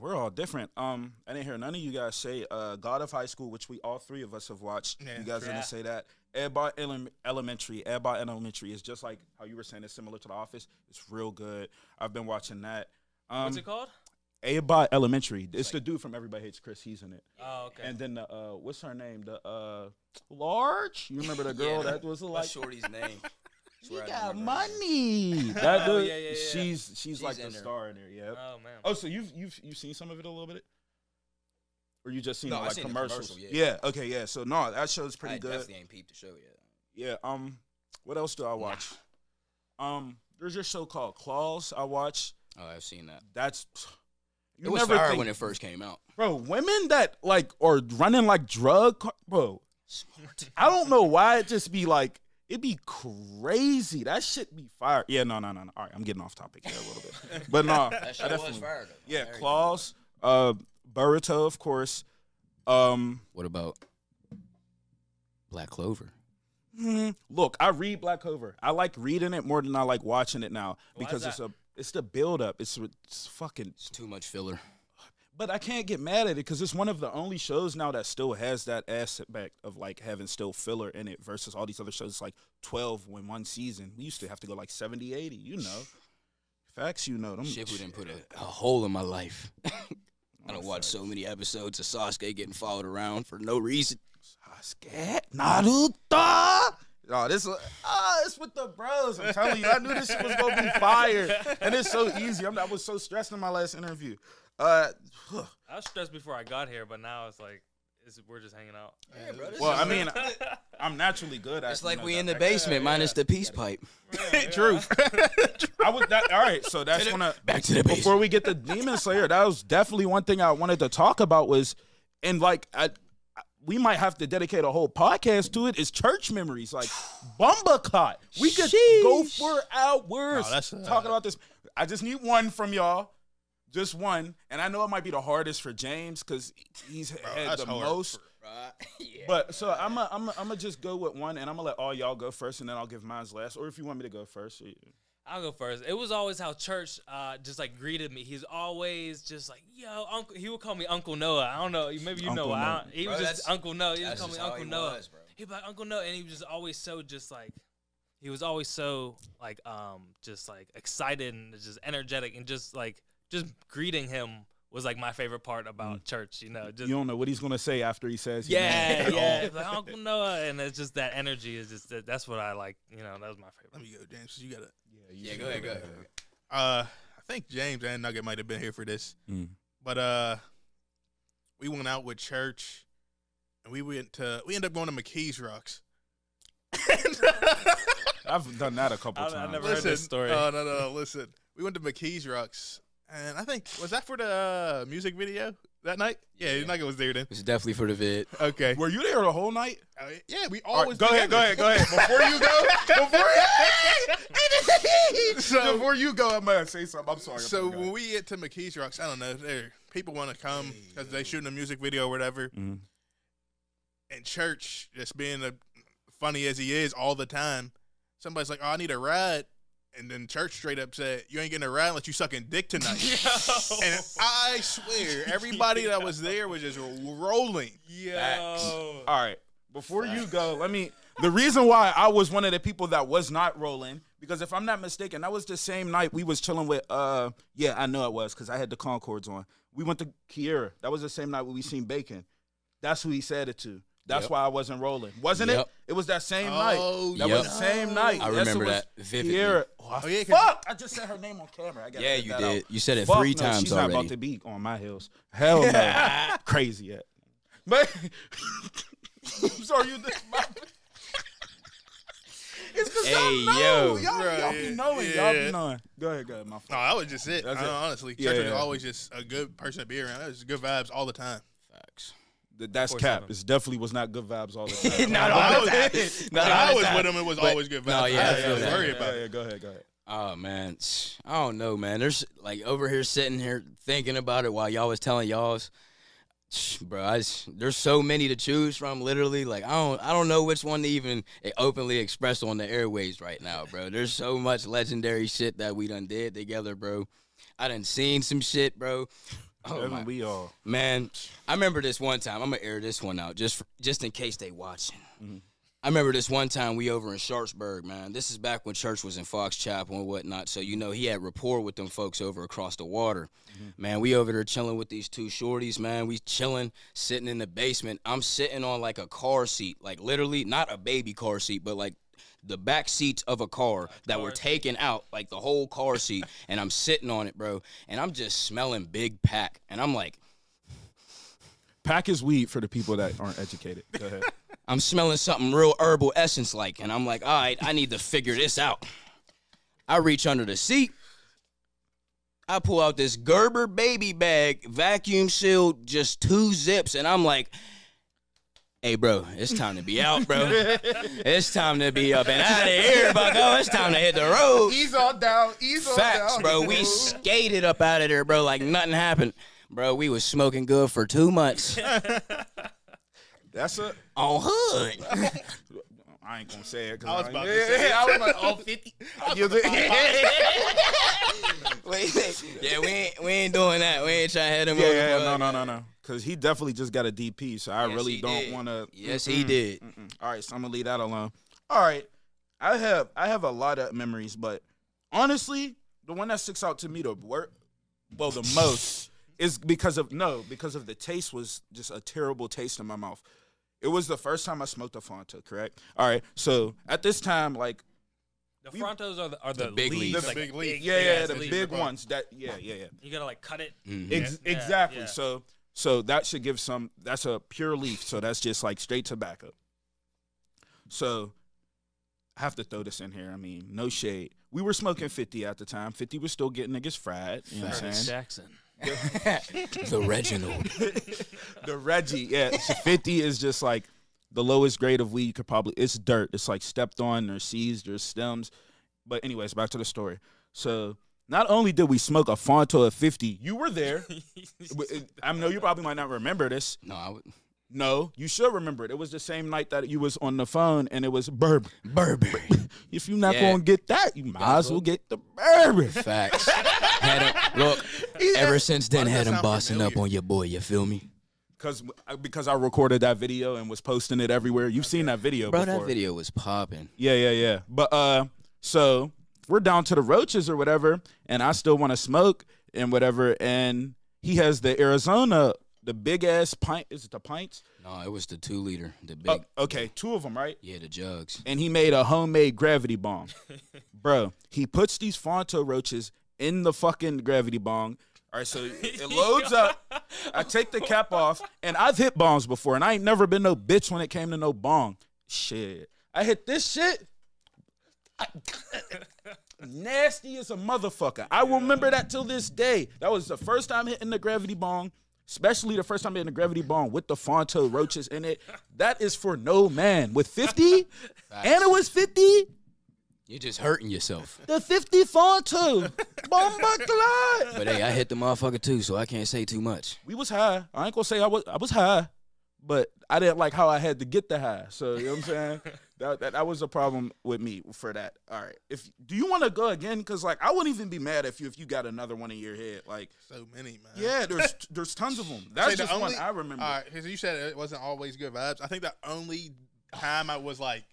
Speaker 1: we're all different. Um, I didn't hear none of you guys say uh, God of High School, which we all three of us have watched.
Speaker 4: Yeah,
Speaker 1: you guys
Speaker 2: Yeah.
Speaker 1: didn't say that. Edbot Elem- Elementary, Edbot Elementary is just like how you were saying. It's similar to The Office. It's real good. I've been watching that. Um,
Speaker 2: What's it called?
Speaker 1: Edbot Elementary. It's the dude from Everybody Hates Chris. He's in it.
Speaker 2: Oh, okay.
Speaker 1: And then the uh, what's her name? The uh, large. You remember the girl
Speaker 3: Yeah.
Speaker 1: that was
Speaker 3: What's
Speaker 1: like
Speaker 3: Shorty's [laughs] name?
Speaker 1: you
Speaker 3: Swear I don't
Speaker 1: got
Speaker 3: remember her name.
Speaker 1: money. [laughs] That
Speaker 2: Oh,
Speaker 1: dude,
Speaker 2: yeah, yeah, yeah.
Speaker 1: she's she's, like
Speaker 3: in
Speaker 1: the
Speaker 3: there.
Speaker 1: star in there. Yeah.
Speaker 2: oh man.
Speaker 1: oh, so you've you've you've seen some of it a little bit, or you just seen
Speaker 3: No,
Speaker 1: it,
Speaker 3: I
Speaker 1: like
Speaker 3: seen the
Speaker 1: commercials?
Speaker 3: commercial, yeah.
Speaker 1: Okay. Yeah. So no, that show's pretty
Speaker 3: I
Speaker 1: good.
Speaker 3: definitely ain't peeped the show yet.
Speaker 1: Yeah. Um, what else do I watch? Um, there's a show called Claws. I watch.
Speaker 3: Oh, I've seen that.
Speaker 1: That's you
Speaker 3: it was
Speaker 1: never
Speaker 3: fire
Speaker 1: think,
Speaker 3: when it first came out.
Speaker 1: bro. Women that like are running like drug, car- bro. I don't know why it just be like it be crazy. That shit be fire. Yeah, no, no, no, no. All right, I'm getting off topic here a little bit, but no,
Speaker 3: That
Speaker 1: I
Speaker 3: show was
Speaker 1: definitely-
Speaker 3: fire though.
Speaker 1: Yeah,
Speaker 3: Everything.
Speaker 1: claws. Uh, Burrito, of course. Um,
Speaker 3: What about Black Clover?
Speaker 1: hmm, look, I read Black Clover. I like reading it more than I like watching it now
Speaker 2: Why is
Speaker 1: because it's
Speaker 2: that?
Speaker 1: a it's the build up. It's, it's fucking.
Speaker 3: It's too much filler.
Speaker 1: But I can't get mad at it because it's one of the only shows now that still has that aspect of like having still filler in it versus all these other shows. It's like 12 when one season. We used to have to go like 70, 80, you know. Facts, you know. Them
Speaker 3: Shit, we didn't put a, a hole in my life. [laughs] I don't watch so many episodes of Sasuke getting followed around for no reason.
Speaker 1: Sasuke, ah, Naruto. No, this ah, it's with the bros. I'm telling you, I knew this shit was gonna be fire, and it's so easy. I'm, I was so stressed in my last interview. Uh,
Speaker 2: I was stressed before I got here, but now it's like it's, we're just hanging out.
Speaker 4: Yeah, bro,
Speaker 1: well, I mean, I'm naturally good. at
Speaker 3: It's like
Speaker 1: you know,
Speaker 3: we
Speaker 1: that-
Speaker 3: in the
Speaker 1: that-
Speaker 3: basement, minus the peace pipe.
Speaker 1: True. [laughs] I was that. All right, so that's when I.
Speaker 3: Back to the
Speaker 1: Before
Speaker 3: basement.
Speaker 1: we get to Demon Slayer, that was definitely one thing I wanted to talk about was, and like I. I- We might have to dedicate a whole podcast to it. Is church memories like Bumbacot? We could go
Speaker 3: Sheesh.
Speaker 1: for hours
Speaker 4: No, that's, uh,
Speaker 1: talking about this. I just need one from y'all, just one. And I know it might be the hardest for James because he's had
Speaker 4: that's
Speaker 1: the
Speaker 4: hard
Speaker 1: most.
Speaker 4: for-
Speaker 3: yeah.
Speaker 1: But so I'm i I'm i am I'm gonna just go with one, and I'm gonna let all y'all go first, and then I'll give mine's last. Or if you want me to go first, you-
Speaker 2: I'll go first. It was always how church uh, just like greeted me. He's always just like, "Yo, Uncle." He would call me Uncle Noah. I don't know. Maybe you
Speaker 1: Uncle
Speaker 2: know. I
Speaker 1: Noah.
Speaker 2: don't, he
Speaker 3: Bro,
Speaker 2: was just
Speaker 3: that's-
Speaker 2: Uncle Noah. He would
Speaker 3: that's
Speaker 2: call me
Speaker 3: just how
Speaker 2: Uncle
Speaker 3: he
Speaker 2: Noah.
Speaker 3: was, bro.
Speaker 2: He was like Uncle Noah, and he was just always so just like, he was always so like um just like excited and just energetic and just like just greeting him was like my favorite part about church. You know, just
Speaker 1: Mm. you don't know what he's gonna say after he says. your name
Speaker 2: yeah,
Speaker 1: at all. [laughs]
Speaker 2: yeah. It's like Uncle Noah, and it's just that energy is just that, that's what I like. You know, that was my favorite.
Speaker 4: Let me go, James. 'cause You got to
Speaker 3: Yeah, go ahead, go ahead.
Speaker 4: Uh, I think James and Nugget might have been here for this,
Speaker 1: Mm.
Speaker 4: but uh, we went out with church, and we went to we ended up going to McKees Rocks. [laughs]
Speaker 1: I've done that a couple
Speaker 2: I- I
Speaker 1: times.
Speaker 2: never heard this story.
Speaker 4: Oh no, no, no, listen. We went to McKees Rocks, and I think was that for the uh, music video that night. Yeah,
Speaker 3: Yeah.
Speaker 4: Nugget was there then.
Speaker 3: It's definitely for the vid.
Speaker 4: Okay.
Speaker 1: Were you there the whole night?
Speaker 4: Uh, yeah, we
Speaker 1: All
Speaker 4: always
Speaker 1: right, go ahead, go
Speaker 4: together.
Speaker 1: ahead, go ahead. Before you
Speaker 4: [laughs]
Speaker 1: go, before you,
Speaker 4: So-
Speaker 1: before you go, I'm gonna say something. I'm sorry.
Speaker 4: So when we get to McKees Rocks, I don't know. There, people want to come because they shooting a music video or whatever.
Speaker 1: Mhm.
Speaker 4: And church, just being a, funny as he is all the time, somebody's like, "Oh, I need a ride," and then church straight up said, "You ain't getting a ride unless you sucking dick
Speaker 1: [laughs]
Speaker 4: tonight." And I swear, everybody
Speaker 1: [laughs]
Speaker 4: that was there was just rolling.
Speaker 2: Yo.
Speaker 1: all right, before you go, let me. The reason why I was one of the people that was not rolling because if I'm not mistaken, that was the same night we was chilling with. Uh, yeah, I know it was because I had the Concords on. We went to Kiera. That was the same night we seen Bacon. That's who he said it to. That's
Speaker 3: Yep.
Speaker 1: why I wasn't rolling, wasn't
Speaker 3: Yep.
Speaker 1: it? It was that same night. That was
Speaker 3: Yep.
Speaker 1: the same night.
Speaker 3: I
Speaker 1: Yes, it
Speaker 3: remember
Speaker 1: was
Speaker 3: that vividly.
Speaker 1: Kiera. Oh,
Speaker 4: Oh, yeah, 'cause-
Speaker 1: fuck! I just said her name on camera. I gotta
Speaker 3: Yeah,
Speaker 1: edit
Speaker 3: you
Speaker 1: that out.
Speaker 3: did. You said it
Speaker 1: Fuck
Speaker 3: three
Speaker 1: no,
Speaker 3: times
Speaker 1: she's
Speaker 3: already.
Speaker 1: not about to be on my heels. Hell no. [laughs] Crazy yet. But [laughs] I'm sorry you did my [laughs] It's cause
Speaker 3: Hey,
Speaker 1: y'all know.
Speaker 3: yo.
Speaker 1: Y'all,
Speaker 4: Right,
Speaker 1: y'all be
Speaker 4: yeah,
Speaker 1: knowing. Y'all
Speaker 4: yeah.
Speaker 1: be knowing. Go ahead, go ahead, my
Speaker 4: No,
Speaker 1: fault.
Speaker 4: that was just it.
Speaker 1: That's
Speaker 4: I don't-
Speaker 1: it.
Speaker 4: honestly,
Speaker 1: Yeah,
Speaker 4: church was
Speaker 1: yeah.
Speaker 4: always just a good person to be around. It was good vibes all the time.
Speaker 3: Facts.
Speaker 1: Th- That's
Speaker 2: course
Speaker 1: cap.
Speaker 2: not.
Speaker 1: It's definitely was not good vibes [laughs] all the time.
Speaker 3: Not
Speaker 1: But-
Speaker 3: all the
Speaker 1: Yeah,
Speaker 3: time.
Speaker 1: [laughs]
Speaker 3: Not
Speaker 4: When
Speaker 3: all
Speaker 4: I
Speaker 3: the
Speaker 4: was
Speaker 3: time,
Speaker 4: with him, it was
Speaker 3: but-
Speaker 4: always good vibes.
Speaker 3: No, yeah,
Speaker 4: I
Speaker 3: I
Speaker 4: didn't
Speaker 3: feel
Speaker 4: really
Speaker 3: that.
Speaker 4: worry
Speaker 1: yeah,
Speaker 4: about it.
Speaker 1: yeah, go ahead, go ahead.
Speaker 3: Oh man, I don't know, man. There's like over here sitting here thinking about it while y'all was telling y'all's, bro. I just, there's so many to choose from. Literally, like I don't, I don't know which one to even eh, openly express on the airways right now, bro. There's so much legendary shit that we done did together, bro. I done seen some shit, bro. Oh
Speaker 1: Haven't
Speaker 3: my
Speaker 1: we all.
Speaker 3: Man, I remember this one time. I'm gonna air this one out just for, just in case they watching. I remember this one time we over in Sharpsburg, man. This is back when church was in Fox Chapel and whatnot. So you know he had rapport with them folks over across the water. Man, we over there chilling with these two shorties, man. We chilling, sitting in the basement. I'm sitting on like a car seat, like literally not a baby car seat, but like the back seats of a car that were taken out, like the whole car seat, and I'm sitting on it, bro. And I'm just smelling big pack, and I'm like.
Speaker 1: Pack is weed for the people that aren't educated. Go [laughs] ahead.
Speaker 3: I'm smelling something real herbal essence like, and I'm like, all right, I need to figure this out. I reach under the seat. I pull out this Gerber baby bag, vacuum sealed, just two zips, and I'm like, hey, bro, it's time to be out, bro. it's time to be up and out of here, bucko. It's time to hit the road.
Speaker 4: Ease on down. Ease on
Speaker 3: Facts, bro.
Speaker 1: [laughs]
Speaker 3: We skated up out of there, bro, like nothing happened. Bro, we was smoking good for two months
Speaker 1: That's a.
Speaker 3: on hood.
Speaker 1: I ain't gonna say it. 'cause
Speaker 4: I was
Speaker 1: ain't-
Speaker 4: about to say.
Speaker 1: I
Speaker 4: [laughs]
Speaker 1: was like, oh, 50. [laughs]
Speaker 3: [laughs] yeah, we ain't, we ain't doing that. We ain't trying to hit him.
Speaker 1: Yeah,
Speaker 3: over
Speaker 1: yeah,
Speaker 3: the
Speaker 1: no,
Speaker 3: hood.
Speaker 1: no, no, no. Because he definitely just got a DP, so I
Speaker 3: Yes,
Speaker 1: really
Speaker 3: he
Speaker 1: don't
Speaker 3: did.
Speaker 1: want to.
Speaker 3: Yes, he did.
Speaker 1: All right, so I'm gonna leave that alone. All right, I have I have a lot of memories, but honestly, the one that sticks out to me the wor- well the most is because of no because of the taste was just a terrible taste in my mouth. It was the first time I smoked a Fanta, correct? All right, so at this time, like
Speaker 2: The
Speaker 1: We-
Speaker 2: frontos are the, are the,
Speaker 3: big
Speaker 2: leaves,
Speaker 3: leaves.
Speaker 2: like
Speaker 4: The big leaves.
Speaker 2: big-
Speaker 1: yeah, yeah,
Speaker 2: ass
Speaker 1: the
Speaker 2: leaves.
Speaker 1: big ones that yeah, yeah, yeah.
Speaker 2: You gotta like cut it.
Speaker 1: Ex-
Speaker 2: Yeah,
Speaker 1: exactly.
Speaker 2: yeah.
Speaker 1: So so that should give some. That's a pure leaf. So that's just like straight tobacco. So I have to throw this in here. I mean, no shade. We were smoking 50 at the time. 50 was still getting niggas fried. You know what I'm
Speaker 2: [laughs]
Speaker 1: saying?
Speaker 2: Jackson.
Speaker 3: The Reginald.
Speaker 1: The Reggie, yeah. So 50 is just like the lowest grade of weed you could probably. It's dirt. It's like stepped on or seized or stems. But anyways, back to the story. So not only did we smoke a Fonto at 50, you were
Speaker 2: [laughs]
Speaker 1: there. I know you probably might not remember this.
Speaker 3: No, I would.
Speaker 1: No, you should remember it. It was the same night that you was on the phone and it was bourbon.
Speaker 3: Bourbon.
Speaker 1: If you're not
Speaker 3: Yeah.
Speaker 1: gonna get that, you might as well get the
Speaker 3: [laughs]
Speaker 1: bourbon.
Speaker 3: Facts. Had him, look, ever since then,
Speaker 4: Why does
Speaker 3: had
Speaker 4: that
Speaker 3: him
Speaker 4: sound
Speaker 3: bossing up
Speaker 4: familiar?
Speaker 3: on your boy. You feel me?
Speaker 1: Cause because I recorded that video and was posting it everywhere. You've seen that video
Speaker 3: Bro,
Speaker 1: before.
Speaker 3: that video was popping.
Speaker 1: Yeah, yeah, yeah. But uh, so we're down to the roaches or whatever, and I still want to smoke and whatever, and He has the Arizona, the big ass pint. Is it the pints?
Speaker 3: No, it was the two liter, the big.
Speaker 1: Oh, okay, two of them, right?
Speaker 3: Yeah, the jugs.
Speaker 1: and he made a homemade gravity bomb. Bro, he puts these Fonto roaches in the fucking gravity bomb. All right, so it loads up. I take the cap off, and I've hit bombs before, and I ain't never been no bitch when it came to no bong. Shit. I hit this shit. I- nasty as a motherfucker. I will remember that till this day. That was the first time hitting the gravity bong, especially the first time hitting the gravity bong with the Fonto roaches in it. That is for no man. With 50, and it was 50,
Speaker 3: You're just hurting yourself.
Speaker 1: the 50 Fonto. Bomba Clyde.
Speaker 3: But hey, I hit the motherfucker too, so I can't say too much.
Speaker 1: We was high. I ain't gonna say I was I was high, but I didn't like how I had to get the high. So you know what I'm saying? that, that that was a problem with me for that. All right. If do you wanna go again? Cause like I wouldn't even be mad if you if you got another one in your head. Like
Speaker 4: So many, man.
Speaker 1: Yeah, there's there's tons of them. That's just one I remember.
Speaker 4: All right, you said it wasn't always good vibes. I think the only time I was like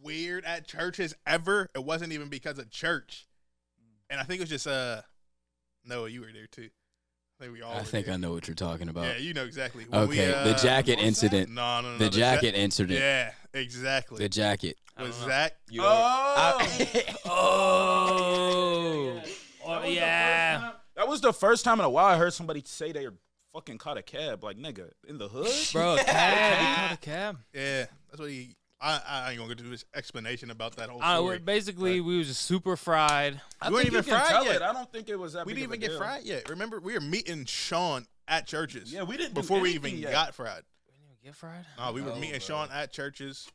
Speaker 4: weird at churches ever, it wasn't even because of church, and I think it was just uh, Noah, you were there too. I think we all.
Speaker 3: I
Speaker 4: were
Speaker 3: think
Speaker 4: there.
Speaker 3: I know what you're talking about.
Speaker 4: Oh, Yeah, you know exactly. When we,
Speaker 3: okay,
Speaker 4: uh,
Speaker 3: the jacket
Speaker 2: what's that?
Speaker 4: No,
Speaker 3: incident.
Speaker 4: no, no, no,
Speaker 3: The
Speaker 4: ja-
Speaker 3: jacket incident.
Speaker 4: yeah, exactly.
Speaker 3: The jacket.
Speaker 2: I
Speaker 4: was
Speaker 2: don't
Speaker 1: Uh-huh.
Speaker 2: know.
Speaker 4: Zach?
Speaker 1: Oh. [laughs]
Speaker 3: I-
Speaker 2: Oh.
Speaker 1: That
Speaker 2: oh
Speaker 1: was the
Speaker 2: [laughs] yeah.
Speaker 1: first time- That was the first time in a while I heard somebody say they fucking caught a cab. Like, nigga, in the hood?
Speaker 2: [laughs]
Speaker 1: [laughs]
Speaker 2: Bro, cab. Have you caught a cab?
Speaker 4: yeah, that's what he. I, I ain't gonna go to this explanation about that whole
Speaker 2: I,
Speaker 4: story.
Speaker 2: basically, we was just super fried.
Speaker 1: I
Speaker 4: You
Speaker 1: think
Speaker 4: ain't even
Speaker 1: you can
Speaker 4: fried
Speaker 1: tell
Speaker 4: yet.
Speaker 1: it. I don't think it was that
Speaker 4: we
Speaker 1: big of
Speaker 4: didn't
Speaker 1: a
Speaker 4: even get
Speaker 1: deal.
Speaker 4: fried yet. Remember, we were meeting Sean at churches.
Speaker 1: Yeah, we didn't do
Speaker 4: before we
Speaker 1: anything
Speaker 4: even
Speaker 1: yet.
Speaker 4: got fried.
Speaker 2: We didn't even get fried.
Speaker 4: No, we were
Speaker 3: No,
Speaker 4: meeting
Speaker 3: bro.
Speaker 4: Sean at churches,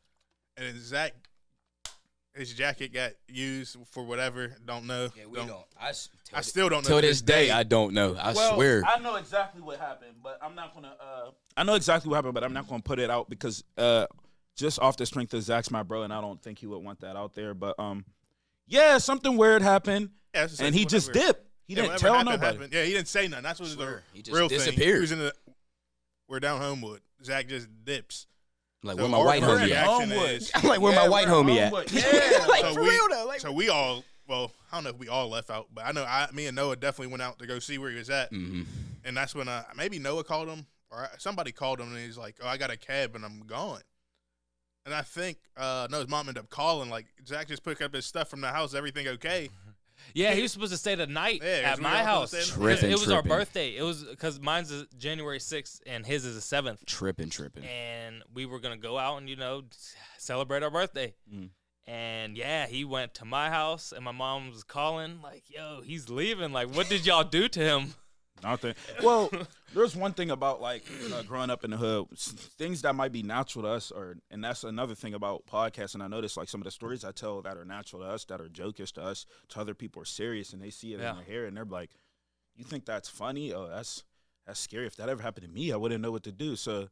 Speaker 4: and then Zach, his jacket got used for whatever. Don't know.
Speaker 3: Yeah, we don't. I, s- till
Speaker 4: I
Speaker 3: thi-
Speaker 4: still don't know.
Speaker 3: till this day, I don't know. I swear.
Speaker 1: I know exactly what happened, but I'm not gonna. Uh, I know exactly what happened, but I'm not gonna put it out because uh, just off the strength of Zach's my bro, and I don't think he would want that out there. But um, yeah, something weird happened,
Speaker 4: Yeah, that's
Speaker 1: and he just
Speaker 4: whatever-
Speaker 1: dipped. He
Speaker 4: yeah,
Speaker 1: didn't
Speaker 4: whatever
Speaker 1: tell
Speaker 4: happened,
Speaker 1: nobody.
Speaker 4: happened. Yeah, he didn't say nothing. That's what the
Speaker 3: Swear. He just
Speaker 4: real thing. He
Speaker 3: disappeared.
Speaker 4: was in the. We're down Homewood. Zach just dips.
Speaker 3: like,
Speaker 4: So
Speaker 3: where my
Speaker 4: our
Speaker 3: white
Speaker 4: first
Speaker 3: homie at?
Speaker 4: reaction
Speaker 1: Homewood.
Speaker 4: is-
Speaker 3: [laughs] I'm like, where
Speaker 1: Yeah,
Speaker 3: my white
Speaker 1: we're at
Speaker 3: homie at? [laughs]
Speaker 1: Homewood. Yeah.
Speaker 3: like,
Speaker 4: So
Speaker 3: for
Speaker 4: we-
Speaker 3: real though. Like,
Speaker 4: so we all. Well, I don't know if we all left out, but I know I, me and Noah definitely went out to go see where he was at,
Speaker 3: Mhm.
Speaker 4: and that's when uh, maybe Noah called him or I- somebody called him, and he's like, "Oh, I got a cab, and I'm gone." And I think uh, no, his mom ended up calling. Like Zach just picked up his stuff from the house. Everything okay?
Speaker 2: Yeah, he was supposed to stay the night
Speaker 4: Yeah, 'cause
Speaker 2: at
Speaker 4: we
Speaker 2: my
Speaker 4: were all
Speaker 2: house.
Speaker 4: supposed to stay the
Speaker 2: Because It
Speaker 4: night.
Speaker 2: was our
Speaker 3: Tripping, tripping.
Speaker 2: birthday. It was because mine's is January 6th and his is the 7th.
Speaker 3: tripping, tripping.
Speaker 2: And we were going to go out and, you know, s- celebrate our birthday.
Speaker 1: Mm.
Speaker 2: And yeah, he went to my house and my mom was calling, like, yo, he's leaving. Like, what did y'all do
Speaker 1: [laughs]
Speaker 2: to him?
Speaker 1: Nothing. Well, there's one thing about like uh, growing up in the hood, s- things that might be natural to us, or and that's another thing about podcasts. And I notice like some of the stories I tell that are natural to us, that are jokish to us, to other people are serious, and they see it
Speaker 2: Yeah.
Speaker 1: in their hair, and they're like, "You think that's funny? Oh, that's that's scary. If that ever happened to me, I wouldn't know what to do." So.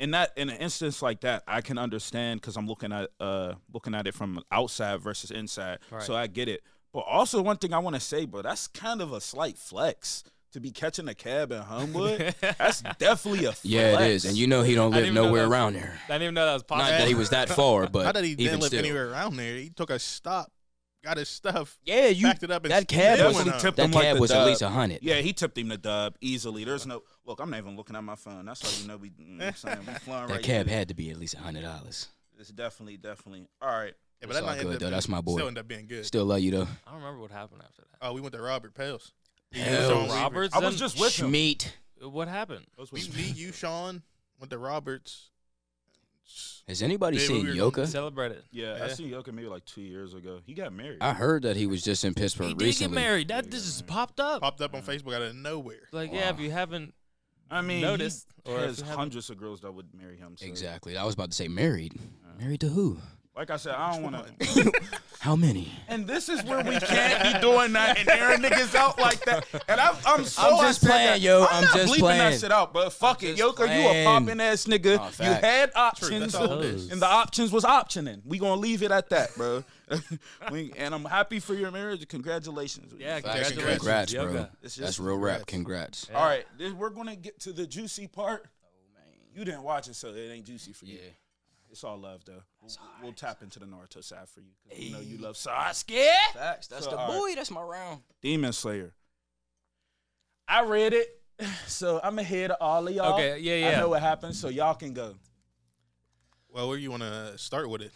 Speaker 1: In that, in an instance like that, I can understand because I'm looking at, uh, looking at it from outside versus inside,
Speaker 2: Right.
Speaker 1: so I get it. But also, one thing I want to say, bro, that's kind of a slight flex to be catching a cab in
Speaker 2: [laughs]
Speaker 1: Homewood. that's definitely a flex.
Speaker 3: Yeah, it is. And you know he
Speaker 2: I
Speaker 3: don't live
Speaker 2: didn't even know
Speaker 3: nowhere
Speaker 2: that was-
Speaker 3: around there.
Speaker 2: I didn't even know that was
Speaker 3: Not
Speaker 2: possible.
Speaker 3: that he was that far, but
Speaker 4: How did he
Speaker 3: even
Speaker 4: didn't live
Speaker 3: still.
Speaker 4: anywhere around there? He took a stop, got his stuff,
Speaker 3: Yeah, you.
Speaker 4: packed it up, and
Speaker 3: that cab
Speaker 4: still
Speaker 3: was-
Speaker 4: went
Speaker 1: Definitely
Speaker 4: home.
Speaker 1: tipped
Speaker 3: That
Speaker 1: him like
Speaker 3: cab
Speaker 1: the
Speaker 3: was at
Speaker 1: dub.
Speaker 3: least a hundred.
Speaker 1: Yeah, he tipped him the dub easily. There's no look. I'm not even looking at my phone. That's how you know we. You know what I'm saying we flying
Speaker 3: That
Speaker 1: right.
Speaker 3: cab
Speaker 1: through.
Speaker 3: had to be at least a hundred dollars.
Speaker 1: It's definitely, definitely. All right.
Speaker 4: Yeah,
Speaker 3: It's all
Speaker 4: might end
Speaker 3: good,
Speaker 4: up
Speaker 3: though.
Speaker 4: being-
Speaker 3: That's my boy.
Speaker 4: Still ended up being good.
Speaker 3: Still love you though.
Speaker 2: I don't remember what happened after that.
Speaker 4: Oh, we went to Robert Pell's. Me, you,
Speaker 3: Hell,
Speaker 4: Sean, we-
Speaker 2: Roberts?
Speaker 1: I was
Speaker 2: and-
Speaker 1: just with him.
Speaker 3: Schmeat.
Speaker 2: What happened?
Speaker 1: I was
Speaker 4: We,
Speaker 1: with him.
Speaker 4: me, you, Sean went to Roberts.
Speaker 3: Has anybody
Speaker 4: Yeah,
Speaker 3: seen
Speaker 4: we were-
Speaker 3: Yoka?
Speaker 2: Celebrate it.
Speaker 1: [laughs] Yeah, I
Speaker 4: Yeah.
Speaker 1: seen Yoka maybe like two years ago. He got married.
Speaker 3: I heard that he was just in Pittsburgh
Speaker 2: He did get
Speaker 3: recently.
Speaker 2: married. That this just popped up.
Speaker 4: Popped up on Facebook out of nowhere.
Speaker 2: Like, yeah, if
Speaker 3: Wow.
Speaker 2: you haven't,
Speaker 1: I mean,
Speaker 2: Noticed,
Speaker 1: he
Speaker 2: or if
Speaker 1: has
Speaker 2: you haven't-
Speaker 1: hundreds of girls that would marry him. so-
Speaker 3: Exactly. I was about to say married. Married to who?
Speaker 1: Like I said, I don't want to.
Speaker 3: How many?
Speaker 1: And this is where we can't be doing that and airing niggas out like that. And I'm, I'm so
Speaker 3: I'm just
Speaker 1: upset
Speaker 3: playing,
Speaker 1: that-
Speaker 3: yo.
Speaker 1: I'm
Speaker 3: I'm
Speaker 1: not
Speaker 3: just
Speaker 1: bleeping that
Speaker 3: playing.
Speaker 1: shit out, but fuck it,
Speaker 3: just
Speaker 1: Yoker, you a
Speaker 3: playing.
Speaker 1: popping ass nigga.
Speaker 3: Nah,
Speaker 1: you
Speaker 3: facts.
Speaker 1: had
Speaker 4: True,
Speaker 1: options,
Speaker 4: that's all it is.
Speaker 2: Those.
Speaker 1: and the options was optioning. We gonna leave it at that, bro. [laughs] We- and I'm happy for your marriage. Congratulations.
Speaker 2: yeah,
Speaker 4: Facts.
Speaker 2: congratulations,
Speaker 3: Congrats, bro.
Speaker 2: Yoga.
Speaker 1: It's just
Speaker 3: That's real rap.
Speaker 1: congrats.
Speaker 3: Congrats.
Speaker 1: All right, this, we're gonna get to the juicy part. You didn't watch it, so it ain't juicy for you. It's all love, though. We'll, we'll tap into the Naruto side for you. 'cause We know you love Sasuke.
Speaker 3: Facts. That's
Speaker 1: So,
Speaker 3: the
Speaker 1: all right.
Speaker 3: boy. That's my round.
Speaker 1: Demon Slayer. I read it. [sighs] So I'm ahead of all of y'all.
Speaker 2: Okay, yeah,
Speaker 1: I
Speaker 2: yeah.
Speaker 1: know what happened, so y'all can go.
Speaker 4: Well, where you want to start with it?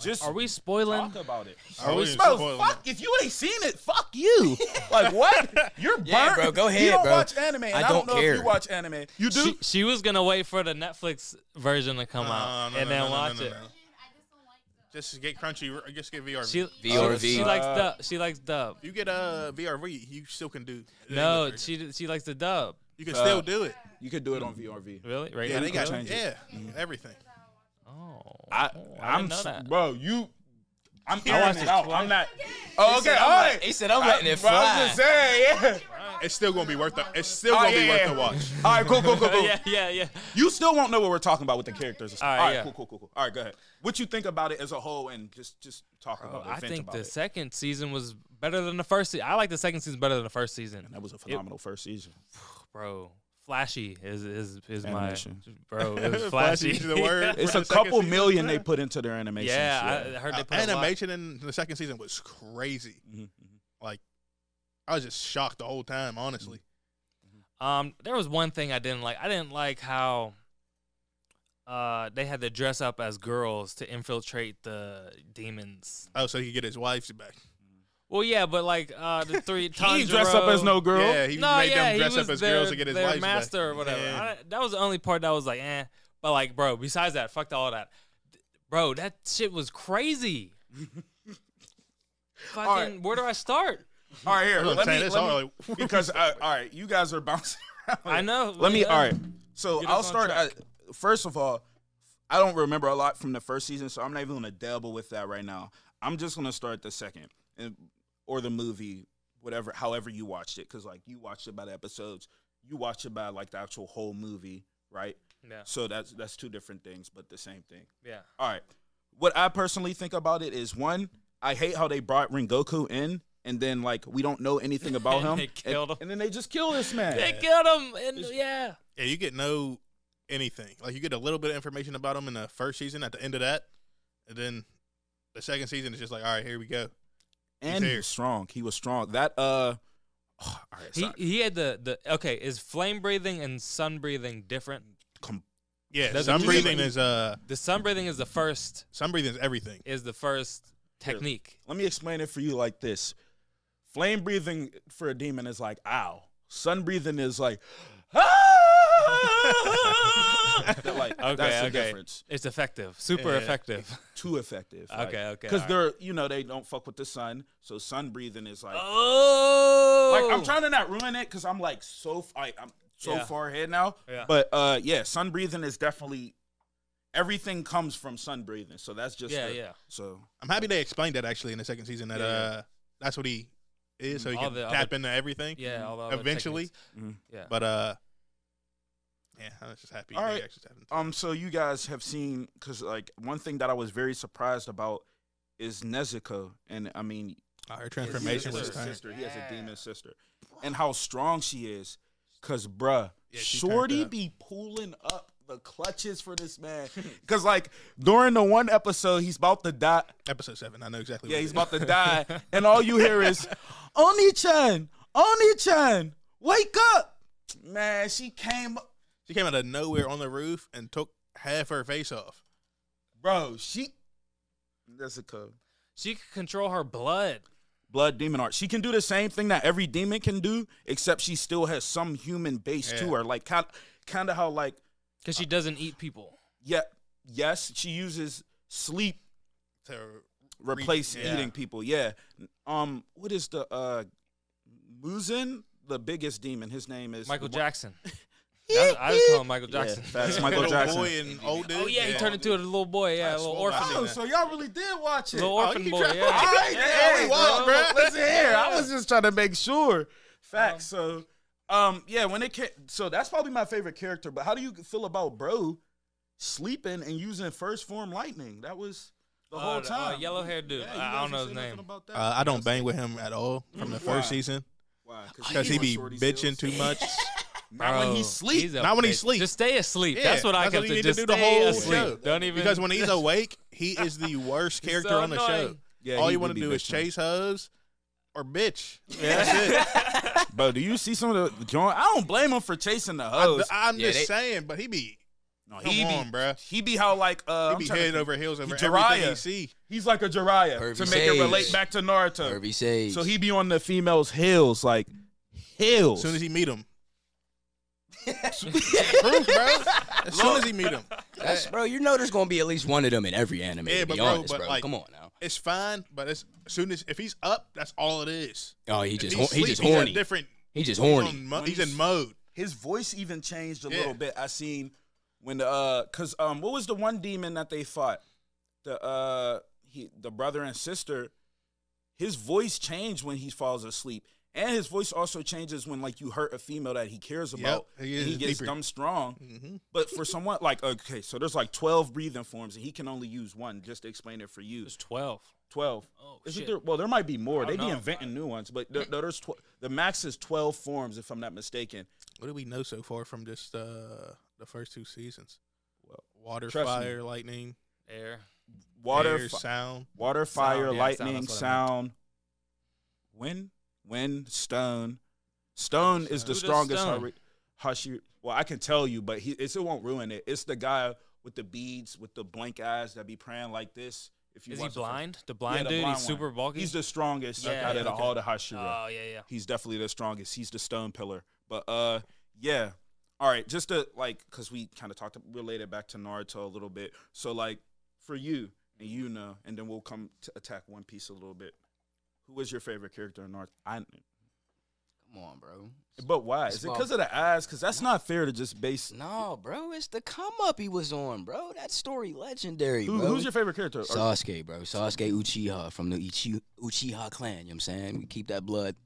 Speaker 1: Just
Speaker 2: Are we spoiling?
Speaker 1: talk about [laughs] it.
Speaker 4: Are we
Speaker 1: Bro,
Speaker 4: spoiling
Speaker 1: fuck! If you ain't seen it, fuck you. [laughs] like what? You're burnt.
Speaker 3: Yeah, bro, go
Speaker 1: You
Speaker 3: ahead,
Speaker 1: don't
Speaker 3: bro.
Speaker 1: watch anime. and
Speaker 3: I
Speaker 1: I don't,
Speaker 3: don't
Speaker 1: know
Speaker 3: care.
Speaker 1: if you watch anime. You do.
Speaker 2: She, she was gonna wait for the Netflix version to come
Speaker 4: No,
Speaker 2: out
Speaker 4: no,
Speaker 2: and
Speaker 4: no,
Speaker 2: then
Speaker 4: no, no,
Speaker 2: watch
Speaker 4: no,
Speaker 2: it.
Speaker 4: no. Just get crunchy. Just get VRV.
Speaker 2: She oh,
Speaker 3: VRV.
Speaker 2: She, she likes
Speaker 1: Uh,
Speaker 2: dub. She likes dub.
Speaker 4: you get uh, VRV, you still can do. the
Speaker 2: No,
Speaker 4: English version.
Speaker 2: she she likes the dub.
Speaker 4: you can
Speaker 1: Uh,
Speaker 4: still do it.
Speaker 1: You could do it on VRV.
Speaker 2: Really? Right
Speaker 4: Yeah,
Speaker 2: now?
Speaker 4: they got
Speaker 1: change Mm-hmm.
Speaker 4: yeah, everything.
Speaker 2: Oh,
Speaker 1: I,
Speaker 2: oh, I
Speaker 1: I'm
Speaker 2: didn't know
Speaker 1: s-
Speaker 2: that.
Speaker 1: bro. You, I'm airing
Speaker 2: watched
Speaker 1: it
Speaker 2: it
Speaker 1: out. I'm not. Oh, okay, all right.
Speaker 3: He said, I'm
Speaker 1: I,
Speaker 3: letting it
Speaker 1: bro, I was
Speaker 3: fly.
Speaker 1: just saying. [laughs] Yeah.
Speaker 4: It's still gonna be worth the. It's still
Speaker 1: Oh,
Speaker 4: gonna
Speaker 1: yeah,
Speaker 4: be worth
Speaker 1: yeah. [laughs]
Speaker 4: the watch.
Speaker 1: All right, cool, cool, cool,
Speaker 3: [laughs]
Speaker 1: cool.
Speaker 2: yeah, yeah, yeah.
Speaker 1: You still won't know what we're talking about with the characters. All
Speaker 2: All
Speaker 1: right,
Speaker 2: right, yeah.
Speaker 1: cool, cool, cool, cool. All right, go ahead. What you think about it as a whole, and just just talk
Speaker 4: Oh,
Speaker 1: about it.
Speaker 2: I
Speaker 1: vent
Speaker 2: think
Speaker 1: about
Speaker 2: the
Speaker 1: it.
Speaker 2: second season was better than the first season. I like the second season better than the first season.
Speaker 1: that was a phenomenal first season.
Speaker 2: bro. Flashy is is is my
Speaker 1: Animation.
Speaker 2: bro. It was
Speaker 4: [laughs] Flashy
Speaker 2: flashy.
Speaker 4: is the word.
Speaker 1: It's
Speaker 4: For
Speaker 1: a
Speaker 4: the second
Speaker 1: couple
Speaker 4: season?
Speaker 1: million they put into their animations.
Speaker 2: [laughs] yeah, I, I heard they
Speaker 4: Uh,
Speaker 2: put
Speaker 4: animation in the second season was crazy.
Speaker 1: Mhm,
Speaker 4: Like, I was just shocked the whole time. Honestly,
Speaker 2: A lot. Um, there was one thing I didn't like. I didn't like how uh they had to dress up as girls to infiltrate the demons.
Speaker 4: oh, so he could get his wife's back.
Speaker 2: Well, yeah, but like uh
Speaker 4: [laughs]
Speaker 2: the three
Speaker 1: he didn't dress up
Speaker 2: Tanjiro-
Speaker 1: as no girl.
Speaker 4: Yeah, he
Speaker 2: no,
Speaker 4: made
Speaker 2: yeah,
Speaker 4: them dress
Speaker 2: he was
Speaker 4: up as
Speaker 2: their,
Speaker 4: girls to get his
Speaker 2: their
Speaker 4: wife's
Speaker 2: master
Speaker 4: back.
Speaker 2: or whatever.
Speaker 4: Yeah.
Speaker 2: I, that was the only part that was like, eh. But like, bro, besides that, fucked all that, bro. That shit was
Speaker 4: [laughs]
Speaker 2: crazy. Fucking,
Speaker 1: right.
Speaker 2: where do I
Speaker 4: [laughs]
Speaker 2: start?
Speaker 1: All right, here.
Speaker 4: That's what I'm
Speaker 1: Let
Speaker 4: saying,
Speaker 1: me,
Speaker 4: it's
Speaker 1: let me-
Speaker 4: all like-
Speaker 1: because uh, all right, you guys are bouncing. around.
Speaker 2: I know.
Speaker 1: Let me.
Speaker 2: yeah.
Speaker 1: All right. So
Speaker 2: Get us
Speaker 1: I'll
Speaker 2: on
Speaker 1: start. At, first of all, I don't remember a lot from the first season, so I'm not even gonna dabble with that right now. I'm just gonna start the second, and, or the movie, whatever, however you watched it, because like you watched it by the episodes, you watched it by like the actual whole movie, right?
Speaker 2: Yeah,
Speaker 1: So that's that's two different things, but the same thing.
Speaker 2: yeah.
Speaker 1: All right. What I personally think about it is one, I hate how they brought Rengoku in and then like we don't know anything about him.
Speaker 2: [laughs] And they killed him.
Speaker 1: And, and then they just kill this man.
Speaker 2: They killed him, and yeah,
Speaker 4: Yeah, you get no anything. Like you get a little bit of information about him in the first season at the end of that, and then the second season is just like, all right, here we go.
Speaker 1: and he
Speaker 4: here.
Speaker 1: was strong. He was strong. That uh [sighs] all right, it's
Speaker 2: he
Speaker 1: not
Speaker 2: he had the the okay. Is flame breathing and sun breathing different?
Speaker 1: com-
Speaker 4: Yeah,
Speaker 2: Doesn't
Speaker 4: sun
Speaker 2: do
Speaker 4: breathing
Speaker 2: anything.
Speaker 4: is uh,
Speaker 2: The sun breathing is the first
Speaker 4: sun breathing is everything.
Speaker 2: is the first
Speaker 1: [laughs]
Speaker 2: technique.
Speaker 1: let me explain it for you like this. Flame breathing for a demon is like ow. Sun breathing is like [laughs]
Speaker 2: [laughs]
Speaker 1: ah! That, like
Speaker 2: Okay,
Speaker 1: that's the
Speaker 2: okay.
Speaker 1: difference.
Speaker 2: It's effective, super
Speaker 4: Yeah.
Speaker 2: effective.
Speaker 1: Too effective.
Speaker 2: Okay, okay,
Speaker 1: Because
Speaker 2: all right.
Speaker 1: they're you know they don't fuck with the sun, so sun breathing is
Speaker 2: [laughs]
Speaker 1: like
Speaker 2: Oh,
Speaker 1: Like I'm trying to not ruin it because I'm like so f- I, I'm so
Speaker 2: Yeah.
Speaker 1: far ahead now.
Speaker 2: Yeah.
Speaker 1: But uh, yeah, sun breathing is definitely everything comes from sun breathing. So that's just
Speaker 2: Yeah,
Speaker 1: the-
Speaker 2: yeah.
Speaker 1: So
Speaker 4: I'm happy they explained that actually in the second season that
Speaker 2: Yeah, yeah.
Speaker 4: uh, that's what he is, so he
Speaker 2: All
Speaker 4: can
Speaker 2: the- all
Speaker 4: tap
Speaker 2: the-
Speaker 4: into everything.
Speaker 2: Yeah, all the other
Speaker 4: eventually.
Speaker 2: techniques.
Speaker 1: Mm-hmm.
Speaker 2: Yeah.
Speaker 4: But uh, yeah, I was just happy.
Speaker 1: All
Speaker 4: they
Speaker 1: right.
Speaker 4: actually happened.
Speaker 1: um, so you guys have seen because like one thing that I was very surprised about is Nezuko, and I mean
Speaker 4: Uh, her
Speaker 1: his
Speaker 4: transformation
Speaker 1: sister,
Speaker 4: was
Speaker 1: sister,
Speaker 4: tight.
Speaker 1: He has a demon sister, and how strong she is. Cause bruh,
Speaker 4: Yeah, she turned
Speaker 1: Shorty
Speaker 4: up.
Speaker 1: be pulling up the clutches for this man. [laughs] Cause like during the one episode, he's about to die.
Speaker 4: Episode seven. I know exactly.
Speaker 1: Yeah,
Speaker 4: what
Speaker 1: he's
Speaker 4: it
Speaker 1: about to die,
Speaker 4: [laughs]
Speaker 1: and all you hear is Oni Chan, Oni Chan, wake up, man. She came,
Speaker 4: is. She came out of nowhere on the roof and took half her face off.
Speaker 1: bro. She, that's a code.
Speaker 2: She could control her blood.
Speaker 1: Blood demon art. She can do the same thing that every demon can do, except she still has some human base to
Speaker 4: Yeah.
Speaker 1: her. Like kind, kind of how like
Speaker 2: Because she doesn't eat people.
Speaker 1: yeah, yes, she uses sleep
Speaker 4: To re-
Speaker 1: replace
Speaker 4: yeah.
Speaker 1: eating people. Yeah. Um, what is the uh, Muzin? The biggest demon. His name is [laughs]
Speaker 2: Michael Jackson.
Speaker 1: Yeah,
Speaker 2: That's- I just call him Michael Jackson.
Speaker 1: that's
Speaker 4: [laughs]
Speaker 2: [laughs]
Speaker 1: Michael
Speaker 4: Little
Speaker 1: Jackson.
Speaker 4: boy and old dude.
Speaker 2: oh, yeah, he turned into a little boy. Yeah, a little
Speaker 4: swore by
Speaker 2: orphan.
Speaker 4: it.
Speaker 1: Oh, so y'all really did watch it. Oh,
Speaker 2: Little orphan
Speaker 4: keep
Speaker 2: boy.
Speaker 4: track of
Speaker 1: All
Speaker 2: Yeah.
Speaker 1: right,
Speaker 4: Yeah,
Speaker 1: hey,
Speaker 4: we wild,
Speaker 1: bro.
Speaker 4: bro.
Speaker 1: Listen here, I was just trying to make sure. Facts. so, um, yeah, when it came, so that's probably my favorite character. But how do you feel about bro sleeping and using first form lightning? That was the
Speaker 2: Uh,
Speaker 1: whole
Speaker 2: the, uh,
Speaker 1: time.
Speaker 2: yellow-haired dude.
Speaker 1: you
Speaker 2: I- I
Speaker 1: guys
Speaker 2: don't know
Speaker 1: didn't
Speaker 2: his
Speaker 1: say nothing
Speaker 2: name.
Speaker 1: about that.
Speaker 4: Uh, I don't bang with him at all from the
Speaker 1: Why?
Speaker 4: first season
Speaker 1: Why?
Speaker 4: because he be bitching too
Speaker 1: [laughs]
Speaker 4: much.
Speaker 1: Not when he
Speaker 2: Bro,
Speaker 1: sleep.
Speaker 2: he's a
Speaker 4: Not when he
Speaker 2: bitch.
Speaker 4: sleep.
Speaker 2: Just stay asleep.
Speaker 4: Yeah,
Speaker 2: that's what I
Speaker 4: that's
Speaker 2: kept
Speaker 4: what you need
Speaker 2: saying. Just
Speaker 4: to do the
Speaker 2: stay
Speaker 4: whole
Speaker 2: asleep.
Speaker 4: show.
Speaker 2: Don't even. [laughs]
Speaker 4: because when he's awake, he is the worst
Speaker 2: He's
Speaker 4: character
Speaker 2: so
Speaker 4: on the show.
Speaker 2: annoying.
Speaker 1: Yeah,
Speaker 4: all
Speaker 1: he
Speaker 4: [laughs] you
Speaker 1: do
Speaker 4: want to
Speaker 1: be
Speaker 4: do is
Speaker 1: bitching.
Speaker 4: chase hubs or bitch. That's it.
Speaker 1: bro, do you see some of the joint? I don't blame him for chasing the hoes.
Speaker 4: I, am
Speaker 3: Yeah,
Speaker 4: just
Speaker 3: they-
Speaker 4: saying, but he be
Speaker 1: no,
Speaker 4: come
Speaker 1: he
Speaker 4: on,
Speaker 1: be,
Speaker 4: bruh.
Speaker 1: He be how like uh,
Speaker 4: he
Speaker 1: I'm
Speaker 4: be
Speaker 1: trying to
Speaker 4: head
Speaker 1: think.
Speaker 4: over heels over
Speaker 1: He
Speaker 4: everything he
Speaker 1: Jiraiya.
Speaker 4: see.
Speaker 1: He's like a Jiraiya
Speaker 3: Herbie
Speaker 1: to make it relate
Speaker 3: Sage.
Speaker 1: back to Naruto.
Speaker 3: Herbie Sage.
Speaker 1: So he be on the females' heels, like heels.
Speaker 4: As soon as he meet
Speaker 1: [laughs]
Speaker 4: him, proof, bro. As soon as he meet him,
Speaker 3: That's, bro, you know there's gonna be at least one of them in every anime.
Speaker 4: Yeah,
Speaker 3: to
Speaker 4: but
Speaker 3: be
Speaker 4: bro,
Speaker 3: honest,
Speaker 4: but
Speaker 3: bro.
Speaker 4: like-
Speaker 3: Come on now.
Speaker 4: it's fine. But as soon as if he's up, that's all it is.
Speaker 3: Oh, he
Speaker 4: If
Speaker 3: just
Speaker 4: he's
Speaker 3: hor- he
Speaker 4: sleep,
Speaker 3: just
Speaker 4: he's at
Speaker 3: horny.
Speaker 4: different. um,
Speaker 3: He just
Speaker 4: he's
Speaker 3: horny.
Speaker 4: on mo-
Speaker 1: When
Speaker 4: He's,
Speaker 1: he's-
Speaker 4: in mode.
Speaker 1: his voice even changed a
Speaker 4: Yeah.
Speaker 1: little bit. I seen when the uh, cause um, what was the one demon that they fought? The uh, he the brother and sister. His voice changed when he falls asleep, and his voice also changes when like you hurt a female that he cares
Speaker 4: Yep,
Speaker 1: about.
Speaker 4: he
Speaker 1: and
Speaker 4: is
Speaker 1: he Mm-hmm. gets
Speaker 4: deeper.
Speaker 1: dumb strong. But for someone like okay, so there's like twelve breathing forms, and he can only use one. Just to explain it for you,
Speaker 2: It's twelve.
Speaker 1: twelve.
Speaker 2: Oh,
Speaker 1: Is it
Speaker 2: shit.
Speaker 1: there? Well, there might be more.
Speaker 2: I
Speaker 1: They
Speaker 2: don't
Speaker 1: be
Speaker 2: know.
Speaker 1: inventing new ones, but there, there's tw- the max is twelve forms, if I'm not mistaken.
Speaker 4: What do we know so far from just uh, the first two seasons? Water,
Speaker 1: trust me.
Speaker 4: fire, lightning,
Speaker 2: Air.
Speaker 1: Water,
Speaker 4: air,
Speaker 1: fi-
Speaker 4: sound.
Speaker 1: water, fire,
Speaker 2: yeah, sound,
Speaker 1: lightning,
Speaker 2: that's what I
Speaker 1: sound. Wind, wind, stone. Stone is the
Speaker 2: Who does
Speaker 1: strongest.
Speaker 2: stone?
Speaker 1: Hari- Hashi. Well, I can tell you, but he it's, it won't ruin it. It's the guy with the beads, with the blank eyes that be praying like this. If you
Speaker 2: Is he
Speaker 1: watch the first-
Speaker 2: blind?
Speaker 1: Yeah,
Speaker 2: The blind
Speaker 1: the
Speaker 2: dude.
Speaker 1: blind
Speaker 2: he's
Speaker 1: one.
Speaker 2: super bulky.
Speaker 1: He's the strongest
Speaker 2: Yeah,
Speaker 1: out of
Speaker 2: yeah, okay.
Speaker 1: all the Hashira.
Speaker 2: Oh yeah, yeah.
Speaker 1: he's definitely the strongest. He's the stone pillar. But uh, yeah. All right, just to like, cause we kind of talked related back to Naruto a little bit. So like, for you and you know, and then we'll come to attack One Piece a little bit. Who is your favorite character in Naruto? I,
Speaker 3: Come on, bro.
Speaker 1: but why? Is it because of the eyes? Cause that's not fair to just base.
Speaker 3: No, bro, it's the come up he was on, bro. That story legendary,
Speaker 1: Who,
Speaker 3: bro.
Speaker 1: who's your favorite character? Or-
Speaker 3: Sasuke, bro. Sasuke Uchiha from the Ichi- Uchiha clan, you know what I'm saying? We keep that blood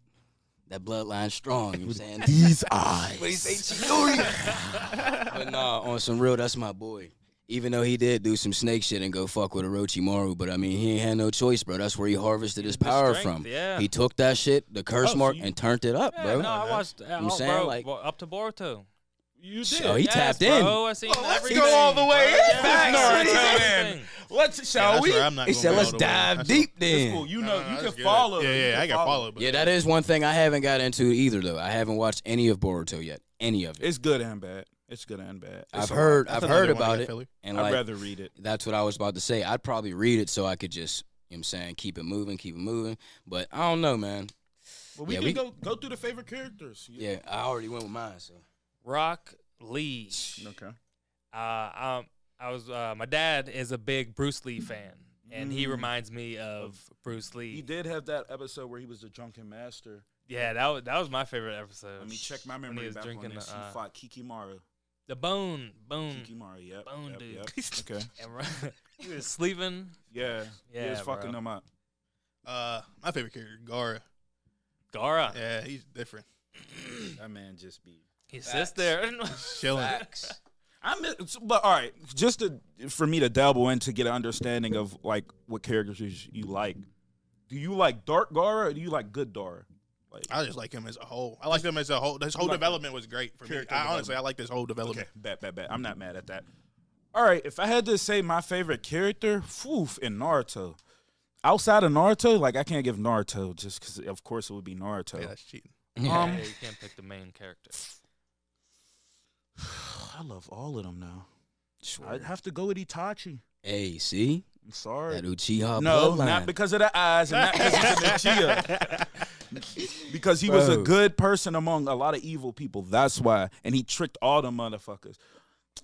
Speaker 3: that bloodline strong, you know
Speaker 1: [laughs]
Speaker 3: what I'm saying?
Speaker 1: these eyes.
Speaker 3: But he say Chidori. [laughs] but nah, on some real, that's my boy. Even though he did do some snake shit and go fuck with Orochimaru, but I mean he ain't had no choice, bro. That's where he harvested his
Speaker 2: The
Speaker 3: power
Speaker 2: strength,
Speaker 3: from.
Speaker 2: yeah.
Speaker 3: He took that shit, the curse
Speaker 1: Oh, so
Speaker 3: mark,
Speaker 1: you-
Speaker 3: and turned it up,
Speaker 2: Yeah,
Speaker 3: bro.
Speaker 2: no, I watched. You
Speaker 3: I'm saying?
Speaker 2: bro,
Speaker 3: Like-
Speaker 2: bro, up to Boruto.
Speaker 1: You
Speaker 3: So
Speaker 1: did.
Speaker 3: he
Speaker 2: yes,
Speaker 3: tapped
Speaker 2: bro,
Speaker 3: in.
Speaker 2: I seen
Speaker 4: Oh,
Speaker 2: everything.
Speaker 1: way.
Speaker 3: Facts.
Speaker 1: Naruto then.
Speaker 2: Everything.
Speaker 1: Let's
Speaker 4: Yeah,
Speaker 1: shall
Speaker 4: that's
Speaker 1: we?
Speaker 4: where I'm not
Speaker 3: He
Speaker 4: gonna
Speaker 3: said,
Speaker 4: go
Speaker 3: "Let's
Speaker 4: all the way.
Speaker 3: dive
Speaker 4: That's
Speaker 3: deep
Speaker 1: It's
Speaker 3: then."
Speaker 1: cool. You
Speaker 4: what-
Speaker 1: know,
Speaker 4: No, no,
Speaker 1: you
Speaker 4: that's
Speaker 1: can
Speaker 4: good.
Speaker 1: follow.
Speaker 4: Yeah,
Speaker 1: You
Speaker 4: yeah,
Speaker 1: can
Speaker 4: I got follow, but
Speaker 3: Yeah, that is one thing I haven't got into either though. I haven't watched any of Boruto yet. Any of it.
Speaker 1: It's good and bad. It's good and bad.
Speaker 3: I've
Speaker 1: It's a
Speaker 3: heard
Speaker 4: That's
Speaker 3: I've
Speaker 4: another
Speaker 3: heard
Speaker 4: one I
Speaker 3: about
Speaker 4: got
Speaker 3: it.
Speaker 4: filler.
Speaker 1: lot.
Speaker 3: And
Speaker 1: I'd
Speaker 3: like
Speaker 1: rather read it.
Speaker 3: that's what I was about to say. I'd probably read it so I could just, you know what I'm saying, keep it moving, keep it moving. But I don't know, man.
Speaker 1: But we
Speaker 3: Yeah,
Speaker 1: can
Speaker 3: we-
Speaker 1: go go through the favorite characters.
Speaker 3: Yeah, I already went with mine, so
Speaker 2: Rock Lee.
Speaker 1: Okay.
Speaker 2: Uh, um, I was. Uh, my dad is a big Bruce Lee fan, and he reminds me of Bruce
Speaker 1: Mm. He
Speaker 2: Lee.
Speaker 1: did have that episode where he was the drunken master.
Speaker 2: Yeah, that was that was my favorite episode.
Speaker 1: Let me check my
Speaker 2: Oh, When he
Speaker 1: memory
Speaker 2: was
Speaker 1: back
Speaker 2: drinking
Speaker 1: on this.
Speaker 2: The, uh,
Speaker 1: he fought Kikimaru.
Speaker 2: the bone, bone,
Speaker 1: Kikimaru, yep.
Speaker 2: bone
Speaker 1: yep,
Speaker 2: dude. [laughs]
Speaker 1: yep. Okay. [laughs]
Speaker 2: And [laughs] ru- he was sleeping.
Speaker 1: Yeah. Yeah. He was
Speaker 2: Yeah,
Speaker 1: fucking
Speaker 2: bro.
Speaker 1: them
Speaker 2: [clears throat]
Speaker 1: up.
Speaker 4: Uh, my favorite character, Gara.
Speaker 2: Gara,
Speaker 4: Yeah, he's different.
Speaker 1: That man just be.
Speaker 2: he sits there. [laughs]
Speaker 4: Chilling.
Speaker 1: I miss, but all right, just to, for me to dabble in to get an understanding of like what characters you like. Do you like dark Gara or do you like good Dara? Like
Speaker 4: I just like him as a whole. I like him as a whole. This whole
Speaker 1: like him.
Speaker 4: development was great for me.
Speaker 1: Character
Speaker 4: I, honestly, I like this whole development.
Speaker 1: Okay, bet, bet, bet. I'm not mad at that. All right, if I had to say my favorite character, foof, in Naruto. Outside of Naruto, like I can't give Naruto just because, of course, it would be Naruto.
Speaker 4: Yeah, that's cheating.
Speaker 3: [laughs]
Speaker 1: Um,
Speaker 2: yeah, you can't pick the main character.
Speaker 1: [sighs] I love all of them now. I'd have to go with Itachi.
Speaker 3: Hey, see?
Speaker 1: I'm sorry.
Speaker 3: That Uchiha
Speaker 1: no,
Speaker 3: uh, bloodline.
Speaker 1: not because of the eyes and not because of the Uchiha. Because he was a
Speaker 3: Bro.
Speaker 1: good person among a lot of evil people. That's why. And he tricked all the motherfuckers.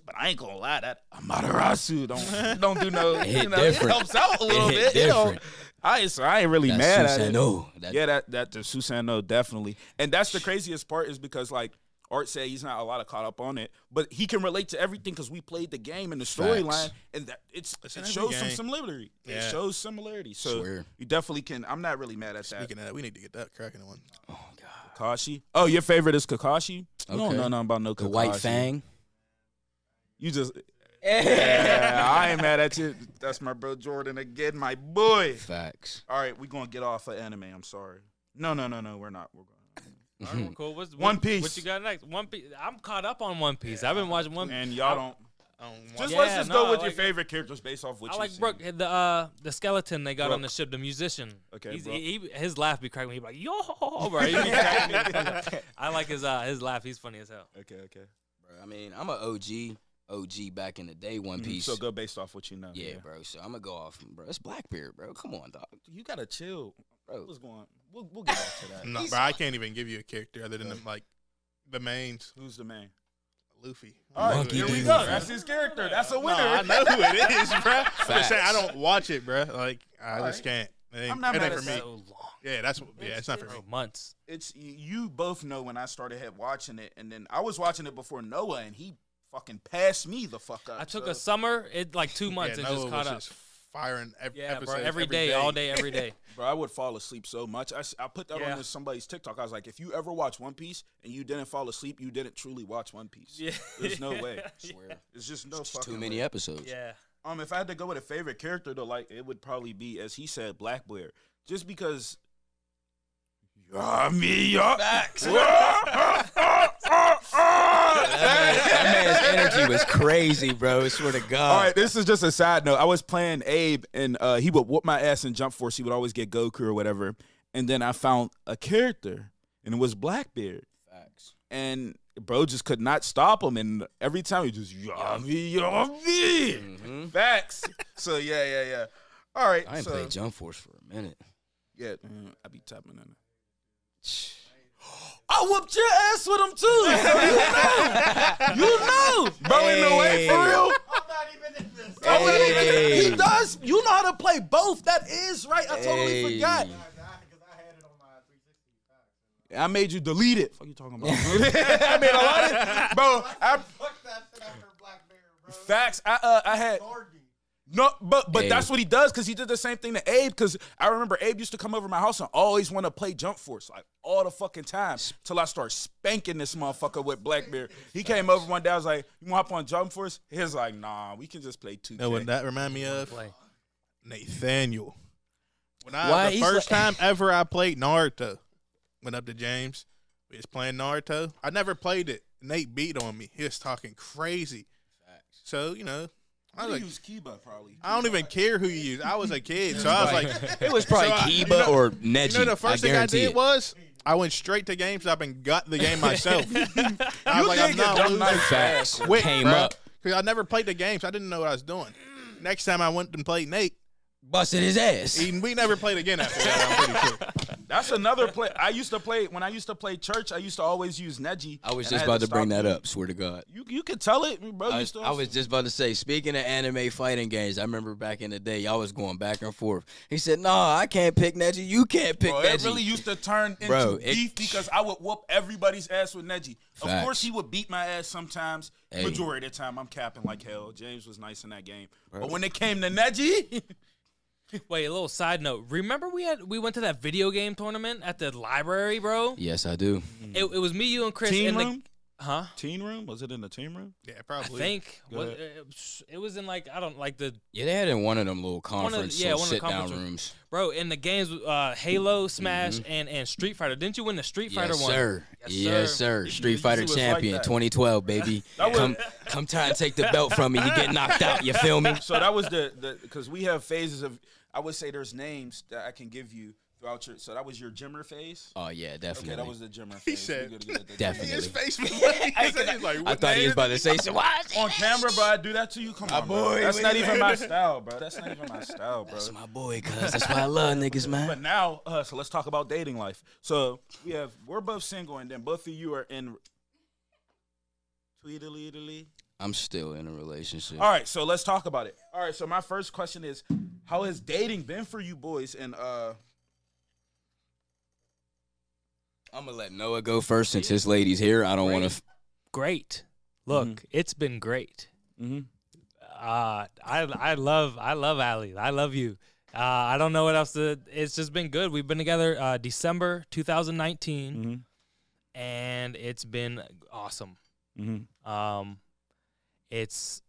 Speaker 1: But I ain't gonna lie, that Amaterasu don't don't do no.
Speaker 3: hit
Speaker 1: you know, it
Speaker 3: different.
Speaker 1: helps out a little
Speaker 3: It hit
Speaker 1: bit. You know,
Speaker 3: different.
Speaker 1: I so I ain't really
Speaker 3: That's
Speaker 1: mad at it.
Speaker 3: Susanoo. That-
Speaker 1: yeah, that that the Susano definitely, and that's the craziest part is because like Art said, he's not a lot of caught up on it, but he can relate to everything because we played the game and the storyline,
Speaker 3: Facts.
Speaker 1: and that it's,
Speaker 4: It's
Speaker 1: it
Speaker 4: in every
Speaker 1: shows some
Speaker 4: game.
Speaker 1: similarity.
Speaker 4: Yeah.
Speaker 1: It shows similarity, so
Speaker 3: Swear.
Speaker 1: you definitely can. I'm not really mad at that.
Speaker 4: Speaking of that, we need to get that cracking one.
Speaker 3: Oh, God.
Speaker 1: Kakashi. Oh, your favorite is Kakashi. You don't
Speaker 3: Okay.
Speaker 1: know nothing about no Kakashi.
Speaker 3: The White Fang.
Speaker 1: You
Speaker 3: [laughs]
Speaker 1: just. yeah, I ain't mad at you. That's my bro Jordan again, my boy.
Speaker 3: Facts.
Speaker 1: All right, we're gonna get off of anime. I'm sorry. No, no, no, no, we're not. We're going.
Speaker 2: All right, well, cool. What's,
Speaker 1: One
Speaker 2: what-
Speaker 1: Piece.
Speaker 2: What you got next? One Piece. I'm caught up on One Piece. I've been watching One.
Speaker 1: And y'all
Speaker 2: I-
Speaker 1: don't.
Speaker 4: I don't want
Speaker 1: Just
Speaker 2: Yeah,
Speaker 1: let's just go
Speaker 2: no,
Speaker 1: with
Speaker 2: I
Speaker 1: your
Speaker 2: like-
Speaker 1: favorite characters based off what
Speaker 2: I
Speaker 1: you
Speaker 2: like
Speaker 1: seen. [laughs]
Speaker 2: Brooke, the uh, the skeleton they got on the
Speaker 1: Brooke.
Speaker 2: ship, the musician.
Speaker 1: Okay,
Speaker 2: He's-
Speaker 1: Brooke.
Speaker 2: he, he- his laugh be cracking me. He be like, yo, bro. He be cracking me. I like his uh, his laugh. He's funny as hell.
Speaker 1: Okay, okay.
Speaker 3: Bro, I mean, I'm a OG, OG back in the day, One
Speaker 4: Mm,
Speaker 1: Mhm,
Speaker 3: Piece.
Speaker 1: So go based off what you know.
Speaker 3: yeah, bro. So I'm gonna go off, bro. It's Blackbeard, bro. Come on, dog.
Speaker 1: You gotta chill.
Speaker 3: Bro,
Speaker 1: What's going? on? We'll, we'll get back to [laughs] that.
Speaker 4: No,
Speaker 3: He's-
Speaker 4: bro, I can't even give you a character other than the, like the mains.
Speaker 1: Who's the man?
Speaker 4: Luffy.
Speaker 1: All right,
Speaker 3: Monkey
Speaker 1: here we
Speaker 3: D.
Speaker 1: go. That's his character. That's a
Speaker 4: No,
Speaker 1: winner.
Speaker 4: I know who it is, bro. I'm
Speaker 3: Facts.
Speaker 4: just saying I don't watch it, bro. Like I
Speaker 1: All
Speaker 4: just
Speaker 1: right.
Speaker 4: can't. It ain't,
Speaker 1: I'm not
Speaker 4: it
Speaker 1: mad at
Speaker 4: ain't for
Speaker 2: so
Speaker 4: me.
Speaker 1: that.
Speaker 2: long.
Speaker 4: Yeah, that's what- yeah. It's not for me.
Speaker 2: Oh, months.
Speaker 1: It's y- you both know when I started had watching it, and then I was watching it before Noah, and he fucking passed me the fuck up.
Speaker 2: I took
Speaker 1: so.
Speaker 2: a summer. It like two months
Speaker 4: yeah,
Speaker 2: and
Speaker 4: Noah
Speaker 2: just caught
Speaker 4: was
Speaker 2: up.
Speaker 4: just firing ev-
Speaker 2: yeah, bro.
Speaker 4: episodes
Speaker 2: every day, all day, every day.
Speaker 1: Bro, I would fall asleep so much. I, s- I put that
Speaker 2: Yeah.
Speaker 1: on this- somebody's TikTok. I was like, if you ever watch One Piece and you didn't fall asleep, you didn't truly watch One Piece.
Speaker 2: Yeah.
Speaker 1: There's no way.
Speaker 3: swear.
Speaker 1: It's just no
Speaker 3: It's just
Speaker 1: fucking
Speaker 3: too many
Speaker 1: way.
Speaker 3: episodes.
Speaker 2: Yeah.
Speaker 1: Um, if I had to go with a favorite character, though, like it would probably be, as he said, Blackbeard, just because. Yeah, me, yeah.
Speaker 3: Facts. That
Speaker 1: All
Speaker 3: man's energy was crazy, bro. Swear to God.
Speaker 1: right, this is just a side note. I was playing Abe, and uh, he would whoop my ass in Jump Force. He would always get Goku or whatever. And then I found a character, and it was Blackbeard.
Speaker 3: Facts.
Speaker 1: And bro just could not stop him. And every time he just, yummy, yummy.
Speaker 3: hmm
Speaker 1: Facts. so, yeah, yeah, yeah. All right.
Speaker 3: I ain't
Speaker 1: so,
Speaker 3: played Jump Force for a minute.
Speaker 1: Yeah, mm, I be tapping in it. I whooped your ass with them too. so you know, you know, bro. In the way, for
Speaker 3: Hey.
Speaker 1: real.
Speaker 4: Oh,
Speaker 1: I'm not even
Speaker 3: Hey.
Speaker 1: he does. You know how to play both. That is right. I totally
Speaker 3: Hey.
Speaker 1: forgot.
Speaker 5: Oh
Speaker 1: I made you delete it. Fuck you talking [laughs] about? I made a lot of, bro. I,
Speaker 5: Fuck that shit after Black Bear, bro.
Speaker 1: facts. I uh, I had
Speaker 5: Gorgy.
Speaker 1: no, but but
Speaker 3: Hey.
Speaker 1: that's what he does because he did the same thing to Abe. Because I remember Abe used to come over to my house and always want to play Jump Force like all the fucking time till I start spanking this motherfucker with Blackbeard. He came over one day. I was like, "You want to hop on Jump Force?" He was like, "Nah, we can just play two.
Speaker 4: No, what that remind me of
Speaker 2: Play.
Speaker 4: Nathaniel. When I
Speaker 3: Why
Speaker 4: the
Speaker 3: he's
Speaker 4: first
Speaker 3: like-
Speaker 4: time ever I played Naruto, went up to James. We was playing Naruto. I never played it. Nate beat on me. He was talking crazy. So you know, I was like,
Speaker 1: use Kiba probably.
Speaker 4: I don't even care who you use. I was a kid, so I
Speaker 3: [laughs]
Speaker 4: was like,
Speaker 3: It was probably
Speaker 4: So I- you
Speaker 3: Kiba
Speaker 4: know-
Speaker 3: or
Speaker 4: you
Speaker 3: Neji.
Speaker 4: know, the first
Speaker 3: I
Speaker 4: thing I
Speaker 3: guarantee
Speaker 4: did
Speaker 3: it.
Speaker 4: was I went straight to GameStop and got the
Speaker 3: [laughs]
Speaker 4: game myself. I was like,
Speaker 1: did
Speaker 4: I'm
Speaker 1: get
Speaker 4: not
Speaker 1: dunked
Speaker 4: losing.
Speaker 1: on your
Speaker 3: Facts.
Speaker 1: ass.
Speaker 4: Quick,
Speaker 3: Came
Speaker 4: bruh.
Speaker 3: up,
Speaker 4: Cause I never played the game, so I didn't know what I was doing. Next time I went and played Nate,
Speaker 3: busted his ass.
Speaker 4: he, we never played again after that. I'm pretty sure.
Speaker 1: That's another play. I used to play when I used to play church. I used to always use Neji.
Speaker 3: I was
Speaker 1: and
Speaker 3: just
Speaker 1: had
Speaker 3: about to bring
Speaker 1: stop
Speaker 3: that
Speaker 1: it.
Speaker 3: up. Swear to God.
Speaker 1: You you could tell it, bro.
Speaker 3: I
Speaker 1: you
Speaker 3: was,
Speaker 1: still
Speaker 3: I was just about to say, speaking of anime fighting games, I remember back in the day, y'all was going back and forth. He said, nah, I can't pick Neji. You can't pick
Speaker 1: Bro,
Speaker 3: Neji.
Speaker 1: it really used to turn into
Speaker 3: Bro, it-
Speaker 1: beef because I would whoop everybody's ass with Neji. Of
Speaker 3: Facts.
Speaker 1: course, he would beat my ass sometimes.
Speaker 3: Hey.
Speaker 1: Majority of the time, I'm capping like hell. James was nice in that game, but when it came to Neji, [laughs]
Speaker 2: Wait, a little side note. Remember we had we went to that video game tournament at the library, bro.
Speaker 3: yes, I do.
Speaker 2: It, it was me, you, and Chris.
Speaker 1: team
Speaker 2: and the-
Speaker 1: room,
Speaker 2: huh?
Speaker 1: teen room, was it in the team room?
Speaker 4: Yeah,
Speaker 2: I
Speaker 4: probably. [laughs]
Speaker 2: think
Speaker 1: Go
Speaker 2: was, it, it was in like I don't like the
Speaker 3: Yeah, they had it in one of them little
Speaker 2: of the-
Speaker 3: conference
Speaker 2: yeah,
Speaker 3: little
Speaker 2: one of the
Speaker 3: sit-down
Speaker 2: conference-
Speaker 3: rooms.
Speaker 2: bro in the games uh, Halo, Smash, and and Street Fighter. Didn't you win the Street Fighter
Speaker 3: Mm-hmm. yes,
Speaker 2: one?
Speaker 3: Sir.
Speaker 2: Yes,
Speaker 3: Yes,
Speaker 2: sir.
Speaker 3: sir. Street
Speaker 1: Yeezy
Speaker 3: Fighter
Speaker 1: was like
Speaker 3: champion,
Speaker 1: that.
Speaker 3: 2012, baby.
Speaker 1: That was-
Speaker 3: come, come try and take the belt from me. You get knocked out. You feel me?
Speaker 1: So that was the the because we have phases of. I would say there's names that I can give you throughout your. So that was your Jimmer phase.
Speaker 3: Oh yeah, definitely.
Speaker 1: Okay, that was the [laughs] Jimmer phase.
Speaker 4: He
Speaker 1: We
Speaker 4: said-
Speaker 1: gotta get the Jimmer.
Speaker 3: Definitely.
Speaker 4: [laughs] His face was like, he's like,
Speaker 3: I
Speaker 4: what
Speaker 3: thought he was
Speaker 4: name?
Speaker 3: about to say some wild shit.
Speaker 1: on camera, bro. I do that to you. Come on, bro.
Speaker 3: boy,
Speaker 1: That's
Speaker 3: wait
Speaker 1: not
Speaker 3: a
Speaker 1: even
Speaker 3: [laughs]
Speaker 1: my style, bro. That's not even my style, bro.
Speaker 3: That's my boy, cuz. That's why I love
Speaker 1: [laughs]
Speaker 3: niggas,
Speaker 1: But
Speaker 3: man.
Speaker 1: now, uh, so let's talk about dating life. So we have we're both single, and then both of you are in. Tweedledee.
Speaker 3: I'm still in a relationship.
Speaker 1: All right, so let's talk about it. All right, so my first question is, how has dating been for you boys? And uh,
Speaker 3: I'm gonna let Noah go first since his lady's here. I don't want to.
Speaker 2: Great. Look,
Speaker 3: Mm-hmm.
Speaker 2: it's been great.
Speaker 1: Mhm.
Speaker 2: Uh, I I love I love Allie. I love you. Uh, I don't know what else to. It's just been good. We've been together uh, December 2019,
Speaker 3: Mm-hmm.
Speaker 2: and it's been awesome. Um, it's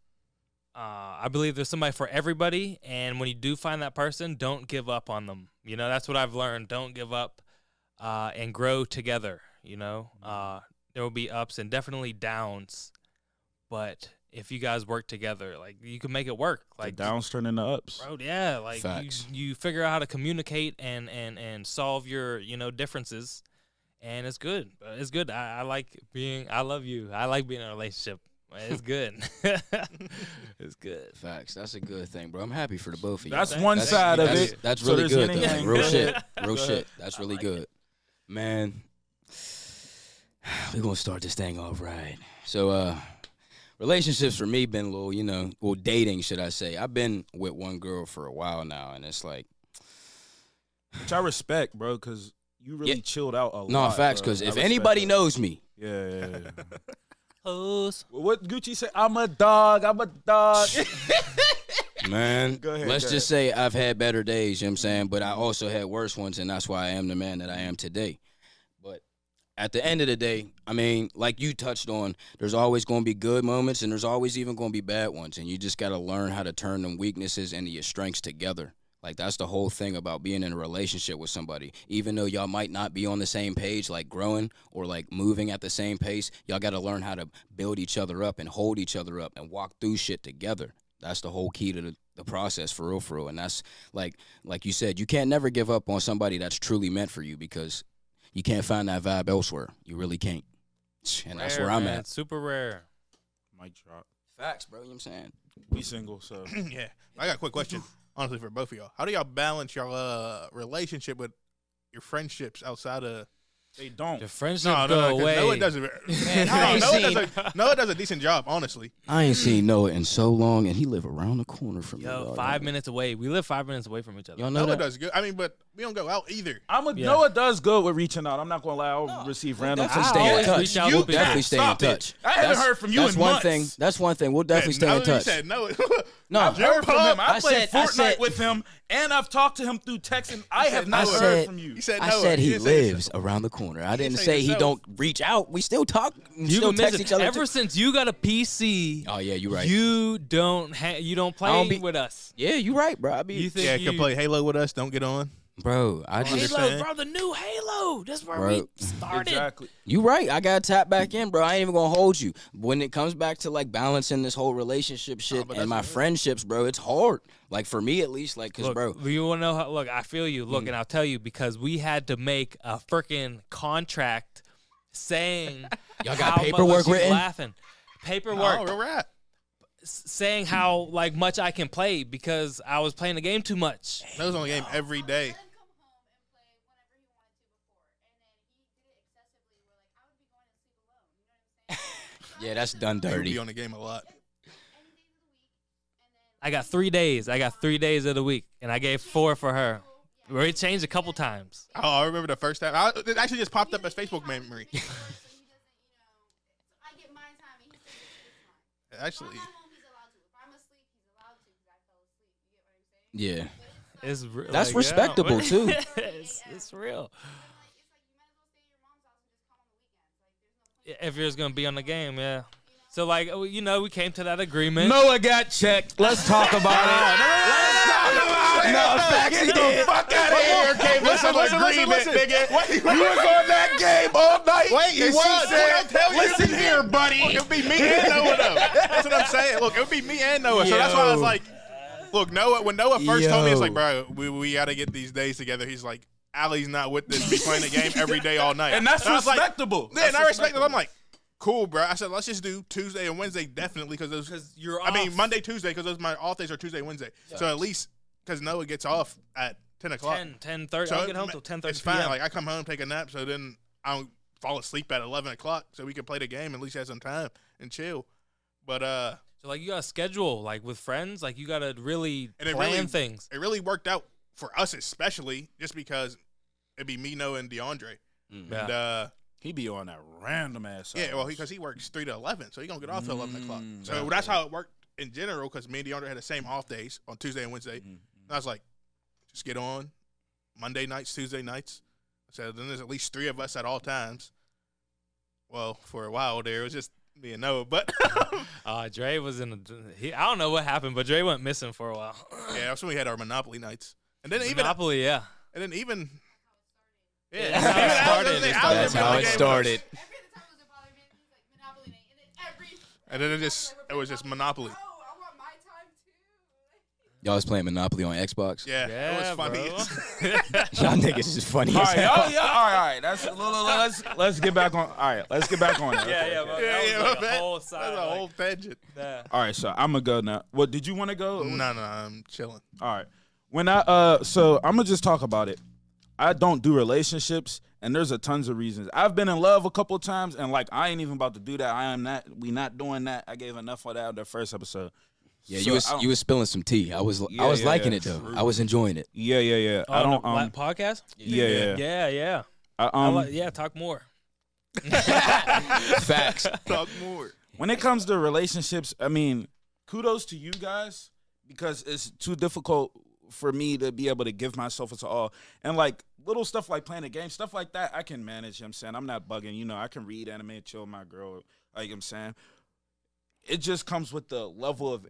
Speaker 2: uh, I believe there's somebody for everybody, and when you do find that person, don't give up on them. You know, that's what I've learned. Don't give up, uh, and grow together. You know, uh, there will be ups and definitely downs, But if you guys work together, like you can make it work. Like
Speaker 1: the downs turning the ups.
Speaker 2: Bro, yeah, like you,
Speaker 3: Facts.
Speaker 2: you figure out how to communicate and and and solve your you know differences, and it's good. Uh, It's good. I, I like being. I love you. I like being in a relationship. It's good. [laughs] it's [laughs] good.
Speaker 3: Facts. That's a good thing, bro. I'm happy for the both of you.
Speaker 1: That's
Speaker 2: Thank-
Speaker 1: one
Speaker 2: thank
Speaker 1: side
Speaker 2: you.
Speaker 1: of
Speaker 3: that's,
Speaker 1: it.
Speaker 3: That's
Speaker 1: So
Speaker 3: really
Speaker 1: there's
Speaker 3: good, though.
Speaker 1: anything-
Speaker 3: Like, real shit. Real
Speaker 1: Go
Speaker 3: shit.
Speaker 1: ahead.
Speaker 3: That's really good. Man, we're going to start this thing off right. So, uh, relationships for me been a little, you know, well, dating, should I say. I've been with one girl for a while now, and it's like,
Speaker 1: Which I respect, bro, because you really
Speaker 3: Yeah.
Speaker 1: chilled out a lot.
Speaker 3: no, facts,
Speaker 1: bro.
Speaker 3: because
Speaker 1: I
Speaker 3: if
Speaker 1: respect
Speaker 3: anybody
Speaker 1: that.
Speaker 3: knows me,
Speaker 1: Yeah, yeah, yeah.
Speaker 2: Hoes.
Speaker 1: Well, what Gucci said, I'm a dog, I'm a
Speaker 3: [laughs]
Speaker 1: dog.
Speaker 3: Man,
Speaker 1: Go ahead,
Speaker 3: let's
Speaker 1: go
Speaker 3: just say I've had better days, you know what I'm saying? But I also had worse ones, and that's why I am the man that I am today. But at the end of the day, I mean, like you touched on, there's always going to be good moments, and there's always even going to be bad ones. And you just got to learn how to turn them weaknesses into your strengths together. Like, that's the whole thing about being in a relationship with somebody. Even though y'all might not be on the same page, like growing or like moving at the same pace, y'all got to learn how to build each other up and hold each other up and walk through shit together. That's the whole key to the, the process for real, for real. And that's like, like you said, you can't never give up on somebody that's truly meant for you because you can't find that vibe elsewhere. You really can't. And that's
Speaker 2: Rare,
Speaker 3: where I'm
Speaker 2: man.
Speaker 3: at.
Speaker 2: Super rare.
Speaker 1: Mic drop.
Speaker 3: Facts, bro. You know what I'm saying?
Speaker 1: We single, so
Speaker 4: yeah. I got a quick question, honestly, for both of y'all. How do y'all balance y'all uh, relationship with your friendships outside of?
Speaker 1: they don't.
Speaker 2: The friendship
Speaker 4: No,
Speaker 2: go
Speaker 4: no, no. 'cause
Speaker 2: away.
Speaker 3: [laughs]
Speaker 4: Noah does a,
Speaker 3: Man, I
Speaker 4: [laughs] no,
Speaker 3: ain't
Speaker 4: Noah
Speaker 3: seen-
Speaker 4: does a, Noah does a decent job, honestly.
Speaker 3: I ain't seen Noah in so long, and he live around the corner from me.
Speaker 2: Yo,
Speaker 3: dog.
Speaker 2: five minutes away. We live five minutes away from each other.
Speaker 3: Y'all know
Speaker 4: Noah
Speaker 3: that?
Speaker 4: does good. I mean, but we don't go out either.
Speaker 1: I'm a
Speaker 2: Yeah.
Speaker 1: Noah does good with reaching out. I'm not gonna lie, I'll receive random.
Speaker 3: Definitely
Speaker 2: I
Speaker 3: stay in
Speaker 2: always
Speaker 3: touch.
Speaker 2: reach out
Speaker 3: We'll
Speaker 2: with people.
Speaker 3: definitely stay in
Speaker 1: Stop it.
Speaker 3: touch.
Speaker 1: I haven't heard from you
Speaker 3: That's
Speaker 1: in
Speaker 3: one
Speaker 1: months.
Speaker 3: thing. That's one thing. We'll definitely stay
Speaker 4: Noah,
Speaker 3: in
Speaker 4: you
Speaker 3: touch.
Speaker 4: said Noah. [laughs]
Speaker 3: No,
Speaker 1: I've heard from him. I,
Speaker 3: I
Speaker 1: played
Speaker 3: said- I
Speaker 1: Fortnite
Speaker 3: said-
Speaker 1: with him, and I've talked to him through text, and I have
Speaker 3: I
Speaker 1: not heard
Speaker 3: said,
Speaker 1: from you.
Speaker 4: He said
Speaker 3: I
Speaker 4: Noah.
Speaker 3: said
Speaker 4: He
Speaker 3: he
Speaker 4: didn't say
Speaker 3: lives around the corner. I didn't
Speaker 4: say
Speaker 3: say he
Speaker 4: yourself.
Speaker 3: don't reach out. We still talk. We
Speaker 2: You
Speaker 3: still
Speaker 2: been
Speaker 3: text
Speaker 2: missing-
Speaker 3: each other.
Speaker 2: ever
Speaker 3: too.
Speaker 2: since you got a PC.
Speaker 3: Oh yeah, you right.
Speaker 2: You don't ha- you don't play
Speaker 3: don't be-
Speaker 2: with us.
Speaker 3: yeah, you right, bro. I be
Speaker 2: You think
Speaker 4: Yeah,
Speaker 2: you
Speaker 4: can play Halo with us. Don't get on.
Speaker 3: [sniffs] bro. I just
Speaker 2: Halo,
Speaker 4: understand.
Speaker 2: bro, the new Halo. That's where
Speaker 3: Bro.
Speaker 2: we started.
Speaker 1: Exactly.
Speaker 3: You right. I gotta tap back in, bro. I ain't even gonna hold you. When it comes back to like balancing this whole relationship shit
Speaker 4: but
Speaker 3: and
Speaker 4: that's
Speaker 3: my
Speaker 4: what it is.
Speaker 3: friendships, bro, it's hard. Like for me at least, like cause
Speaker 2: Look,
Speaker 3: bro, Hmm.
Speaker 2: you want to know? How, look, I feel you. Look, and I'll tell you because we had to make a freaking contract saying
Speaker 3: [laughs] Y'all got
Speaker 2: how much-
Speaker 3: paperwork
Speaker 2: she's
Speaker 3: written?
Speaker 2: Laughing, paperwork
Speaker 4: Oh, real rap.
Speaker 2: s- saying how like much I can play because I was playing the game too much.
Speaker 4: Noah's on the game every day.
Speaker 3: yeah, that's done
Speaker 4: He would be
Speaker 3: dirty.
Speaker 4: on the game a lot.
Speaker 2: I got three days. I got three days of the week, and I gave four for her. We changed a couple times.
Speaker 4: Oh, I remember the first time. I, it actually just popped up as Facebook memory. [laughs] Actually,
Speaker 3: Yeah,
Speaker 2: It's re-
Speaker 3: That's
Speaker 2: like,
Speaker 3: respectable,
Speaker 2: yeah.
Speaker 3: too.
Speaker 2: [laughs] it's, it's real. If you're just gonna be on the game, yeah. So like oh, you know, we came to that agreement.
Speaker 1: Noah got checked. Let's talk about
Speaker 3: [laughs]
Speaker 1: it. Let's talk about it.
Speaker 3: No, facts, he
Speaker 1: Get the
Speaker 3: did.
Speaker 1: fuck out of here. Came with some
Speaker 4: listen, listen,
Speaker 1: agreement,
Speaker 4: listen.
Speaker 1: nigga. you was on that game all night.
Speaker 4: Wait, you
Speaker 1: and
Speaker 4: was.
Speaker 1: She said,
Speaker 4: Wait, I tell you.
Speaker 1: Listen here, buddy.
Speaker 4: it would be
Speaker 1: [laughs]
Speaker 4: me and Noah though. That's what I'm saying. Look, it would be me and Noah. So that's why I was
Speaker 3: Yo.
Speaker 4: like, look, Noah. When Noah first told me, it's like,
Speaker 3: Yo.
Speaker 4: bro, we, we got to get these days together. He's like, Ali's not with this. We playing the game every day, all night.
Speaker 1: And that's
Speaker 4: I was like,
Speaker 1: respectable.
Speaker 4: yeah, and I respect it. I'm like, cool, bro. I said, let's just do Tuesday and Wednesday definitely because those.
Speaker 2: because you're.
Speaker 4: I mean,
Speaker 2: off
Speaker 4: Monday, Tuesday because those my off days are Tuesday, Wednesday. So at least because Noah gets off at ten o'clock.
Speaker 2: 10, 10 30.
Speaker 4: So
Speaker 2: I don't get home
Speaker 4: ma-
Speaker 2: till ten thirty.
Speaker 4: It's fine. Like I come home, take a nap, so then I don't fall asleep at eleven o'clock, so we can play the game at least have some time and chill. But uh,
Speaker 2: so like you got to schedule like with friends. Like you got to really
Speaker 4: And it
Speaker 2: plan
Speaker 4: really-
Speaker 2: things.
Speaker 4: it really worked out for us, especially just because it'd be me, Noah, and DeAndre.
Speaker 2: Yeah.
Speaker 4: And uh,
Speaker 1: He be on that random ass.
Speaker 4: yeah, well, because he, works three to eleven, so he gonna get off till eleven o'clock.
Speaker 1: Mm,
Speaker 4: So that's how it worked in general. Because me and DeAndre had the same off days on Tuesday and Wednesday.
Speaker 2: Mm-hmm.
Speaker 4: And I was like, just get on Monday nights, Tuesday nights. So then there's at least three of us at all times. Well, for a while there, it was just me and Noah. But [laughs]
Speaker 2: Uh, Dre was in. A, he, I don't know what happened, but Dre went missing for a while.
Speaker 4: yeah, that's when we had our Monopoly nights. [laughs] And then even
Speaker 2: Monopoly, yeah.
Speaker 4: and then even yeah,
Speaker 2: that's how it
Speaker 4: even I was
Speaker 2: started.
Speaker 4: gonna say,
Speaker 2: It's
Speaker 4: I was
Speaker 2: the-
Speaker 4: gonna
Speaker 3: That's
Speaker 4: be
Speaker 3: how
Speaker 4: on the
Speaker 3: it
Speaker 4: game with us.
Speaker 3: started.
Speaker 4: And then it just it was just Monopoly.
Speaker 5: "Oh, I want my time too. [laughs]
Speaker 3: Y'all was playing Monopoly on Xbox.
Speaker 4: Yeah, it was
Speaker 2: Yeah,
Speaker 4: funny. [laughs]
Speaker 2: bro. [laughs]
Speaker 3: [laughs] Y'all niggas is funny
Speaker 1: All
Speaker 3: as
Speaker 1: right,
Speaker 3: hell.
Speaker 1: oh, yeah, all right, all right. That's let- let- let's let's get back on. All right, let's get back on. it.
Speaker 2: Yeah,
Speaker 1: Okay,
Speaker 2: yeah,
Speaker 1: okay.
Speaker 2: bro.
Speaker 4: yeah,
Speaker 2: That was
Speaker 4: yeah, my
Speaker 2: like a
Speaker 4: bad.
Speaker 2: whole
Speaker 4: That's
Speaker 2: side,
Speaker 4: a
Speaker 2: like-
Speaker 4: whole tangent.
Speaker 2: Yeah.
Speaker 1: All right, so I'm gonna go now. What did you want to go?
Speaker 4: No, no, I'm chilling.
Speaker 1: All right. When I uh so I'm gonna just talk about it. I don't do relationships and there's a tons of reasons. I've been in love a couple times and like I ain't even about to do that. I am not we not doing that. I gave enough of that on the first episode.
Speaker 3: Yeah,
Speaker 1: So
Speaker 3: you was
Speaker 1: I don't-
Speaker 3: you was spilling some tea. I was
Speaker 1: Yeah,
Speaker 3: I was
Speaker 1: yeah,
Speaker 3: liking
Speaker 1: yeah,
Speaker 3: it though.
Speaker 1: true.
Speaker 3: I was
Speaker 1: [laughs]
Speaker 3: enjoying it.
Speaker 1: Yeah, yeah, yeah.
Speaker 2: Oh,
Speaker 1: I don't
Speaker 2: on the
Speaker 1: um
Speaker 2: Black podcast.
Speaker 1: yeah, yeah. yeah.
Speaker 2: Yeah, yeah.
Speaker 1: I,
Speaker 2: I
Speaker 1: um
Speaker 2: li- yeah, talk more.
Speaker 3: Facts.
Speaker 4: Talk more.
Speaker 1: when it comes to relationships, I mean, kudos to you guys because it's too difficult for me to be able to give myself to all. And like little stuff like playing a game, stuff like that, I can manage. You know what I'm saying I'm not bugging. You know, I can read anime, chill with my girl. Like I'm saying, it just comes with the level of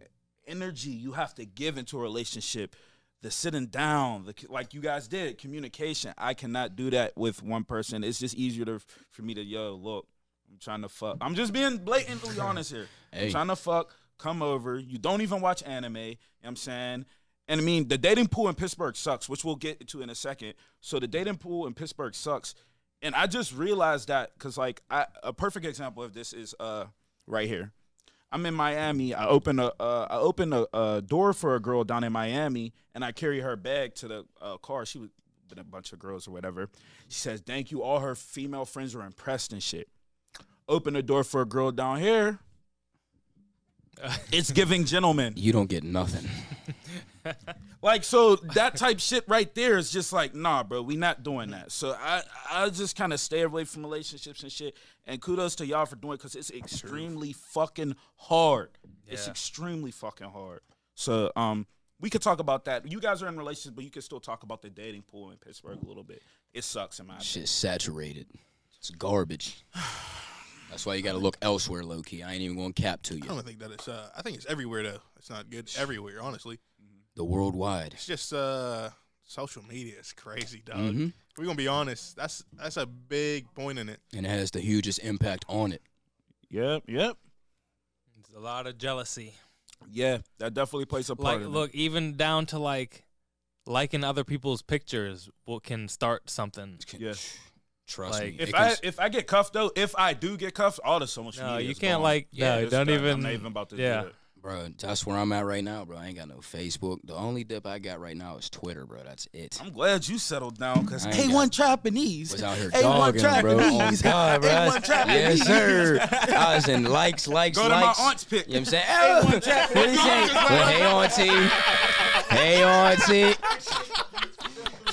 Speaker 1: energy you have to give into a relationship. The sitting down, the like you guys did, communication. I cannot do that with one person. It's just easier to, for me to yo look. I'm trying to fuck. I'm just being blatantly honest here.
Speaker 3: Hey.
Speaker 1: I'm trying to fuck. Come over. You don't even watch anime. You know what I'm saying? And I mean, the dating pool in Pittsburgh sucks, which we'll get to in a second. So the dating pool in Pittsburgh sucks. And I just realized that because, like, I, a perfect example of this is uh right here. I'm in Miami. I open a uh, I open a, a door for a girl down in Miami, and I carry her bag to the uh, car. She was with a bunch of girls or whatever. She says, "Thank you." All her female friends were impressed and shit. Open the door for a girl down here. It's giving gentlemen.
Speaker 3: You don't get nothing.
Speaker 1: Like so that type shit right there is just like nah, bro. We not doing that. So I I just kind of stay away from relationships and shit. And kudos to y'all for doing because it's extremely fucking hard. It's
Speaker 2: Yeah.
Speaker 1: extremely fucking hard. So um, we could talk about that. You guys are in relationships, but you can still talk about the dating pool in Pittsburgh a little bit. It sucks in my opinion.
Speaker 3: Shit's saturated. It's garbage. That's why you gotta look elsewhere, low key. I ain't even gonna cap to
Speaker 4: I don't
Speaker 3: you.
Speaker 4: even think that it's. Uh, I think it's everywhere though. It's not good everywhere, honestly.
Speaker 3: The worldwide.
Speaker 4: It's just uh, social media is crazy, dog.
Speaker 1: Mm-hmm.
Speaker 3: Mhm.
Speaker 4: If we're gonna be honest. That's that's a big point in it.
Speaker 3: And it has the hugest impact on it.
Speaker 1: Yep, yep,
Speaker 2: There's a lot of jealousy.
Speaker 1: yeah. That definitely plays a part.
Speaker 2: like,
Speaker 1: in it.
Speaker 2: look, even down to like liking other people's pictures will, can start something.
Speaker 1: Yeah.
Speaker 3: Trust
Speaker 2: Like,
Speaker 3: me. it
Speaker 1: If
Speaker 3: can
Speaker 1: I
Speaker 3: s-
Speaker 1: if I get cuffed though, if I do get cuffed, all the so much.
Speaker 2: No, you can't like.
Speaker 3: Yeah,
Speaker 2: no, don't even.
Speaker 1: I'm not even about to.
Speaker 2: yeah.
Speaker 1: Do it.
Speaker 3: bro, that's where I'm at right now, bro. I ain't got no Facebook. The only dip I got right now is Twitter, bro. That's it.
Speaker 1: I'm glad you settled down because
Speaker 3: I ain't
Speaker 1: A1 Japanese
Speaker 3: was out here
Speaker 1: A1
Speaker 3: dogging, bro. Oh,
Speaker 1: Japanese. [laughs]
Speaker 3: God, bro.
Speaker 1: A1
Speaker 3: yes,
Speaker 1: Japanese.
Speaker 3: sir. I
Speaker 1: [laughs]
Speaker 3: was in likes, likes,
Speaker 1: Go to my
Speaker 3: likes.
Speaker 1: aunt's pic.
Speaker 3: You know what
Speaker 1: [laughs]
Speaker 3: I'm saying? Oh,
Speaker 1: A1 Japanese.
Speaker 3: what he say? Well, hey, auntie. Hey,
Speaker 1: [laughs]
Speaker 3: auntie.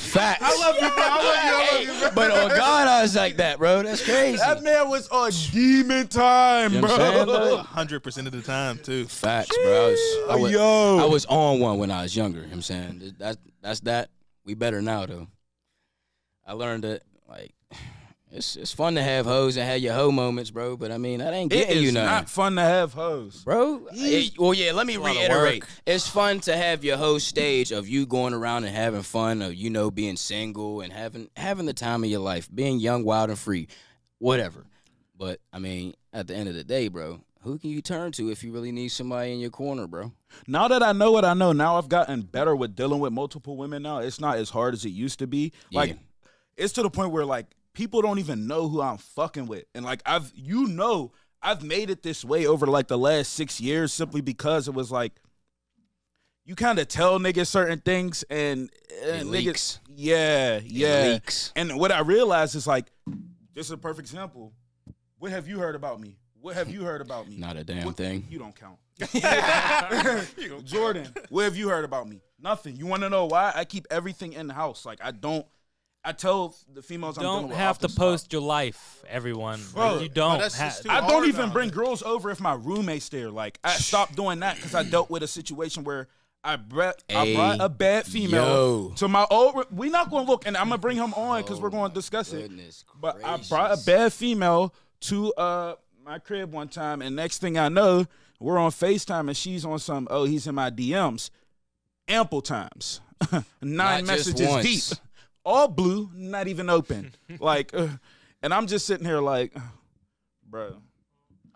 Speaker 3: Facts.
Speaker 1: I love you, bro. I love you. I love you, bro.
Speaker 3: But on God, I was like that, bro. That's crazy.
Speaker 1: That man was on demon time,
Speaker 3: You know
Speaker 1: bro.
Speaker 3: what I'm saying,
Speaker 4: A
Speaker 3: bro?
Speaker 4: hundred percent of the time too.
Speaker 3: Facts, bro. I was, I, was,
Speaker 1: Yo.
Speaker 3: I was on one when I was younger. You know what I'm saying? That's, that's that. We better now, though. I learned that, like, [sighs] it's, it's fun to have hoes and have your hoe moments, bro. But I mean, that
Speaker 1: [laughs]
Speaker 3: ain't
Speaker 1: it
Speaker 3: getting
Speaker 1: is
Speaker 3: you nothing.
Speaker 1: not fun to have hoes.
Speaker 3: bro. Uh, It, well, yeah. Let me
Speaker 2: lot of
Speaker 3: reiterate.
Speaker 2: work.
Speaker 3: It's fun to have your whole stage of you going around and having fun, of you know being single and having having the time of your life, being young, wild, and free, whatever. But I mean, at the end of the day, bro, who can you turn to if you really need somebody in your corner, bro?
Speaker 1: Now that I know what I know, now I've gotten better with dealing with multiple women. Now it's not as hard as it used to be. Like
Speaker 3: Yeah.
Speaker 1: it's to the point where like people don't even know who I'm fucking with, and like I've you know I've made it this way over like the last six years simply because it was like you kind of tell niggas certain things and, and niggas
Speaker 3: leaks.
Speaker 1: yeah yeah
Speaker 3: leaks.
Speaker 1: and what I realized is like this is a perfect example. What have you heard about me? What have you heard about me?
Speaker 3: Not a damn
Speaker 1: What-
Speaker 3: thing.
Speaker 1: You don't [laughs] count. [laughs] Jordan, what have you heard about me? Nothing. You want to know why? I keep everything in the house. Like I don't. I tell the females I'm dealing
Speaker 2: Don't
Speaker 1: with
Speaker 2: have
Speaker 1: off
Speaker 2: to
Speaker 1: the
Speaker 2: post your life, everyone.
Speaker 1: Bro,
Speaker 2: Like, you don't.
Speaker 4: that's
Speaker 2: Ha-
Speaker 4: just too-
Speaker 1: spot. I don't
Speaker 4: hard
Speaker 1: even
Speaker 4: now.
Speaker 1: bring girls over if my roommate's there. Like I stopped doing that because I dealt with a situation where. I, bre- I
Speaker 3: Hey,
Speaker 1: brought a bad female
Speaker 3: yo.
Speaker 1: to my old. We're not going to look, and I'm going to bring him on because we're
Speaker 3: Oh,
Speaker 1: going
Speaker 3: my
Speaker 1: to discuss it.
Speaker 3: goodness
Speaker 1: But I brought a
Speaker 3: gracious.
Speaker 1: bad female to uh my crib one time, and next thing I know, we're on FaceTime and she's on some. Oh, he's in my DMs, ample times, [laughs] nine
Speaker 3: just
Speaker 1: messages
Speaker 3: once.
Speaker 1: deep, [laughs] all blue, not even open. like, uh, and I'm just sitting here like, bro,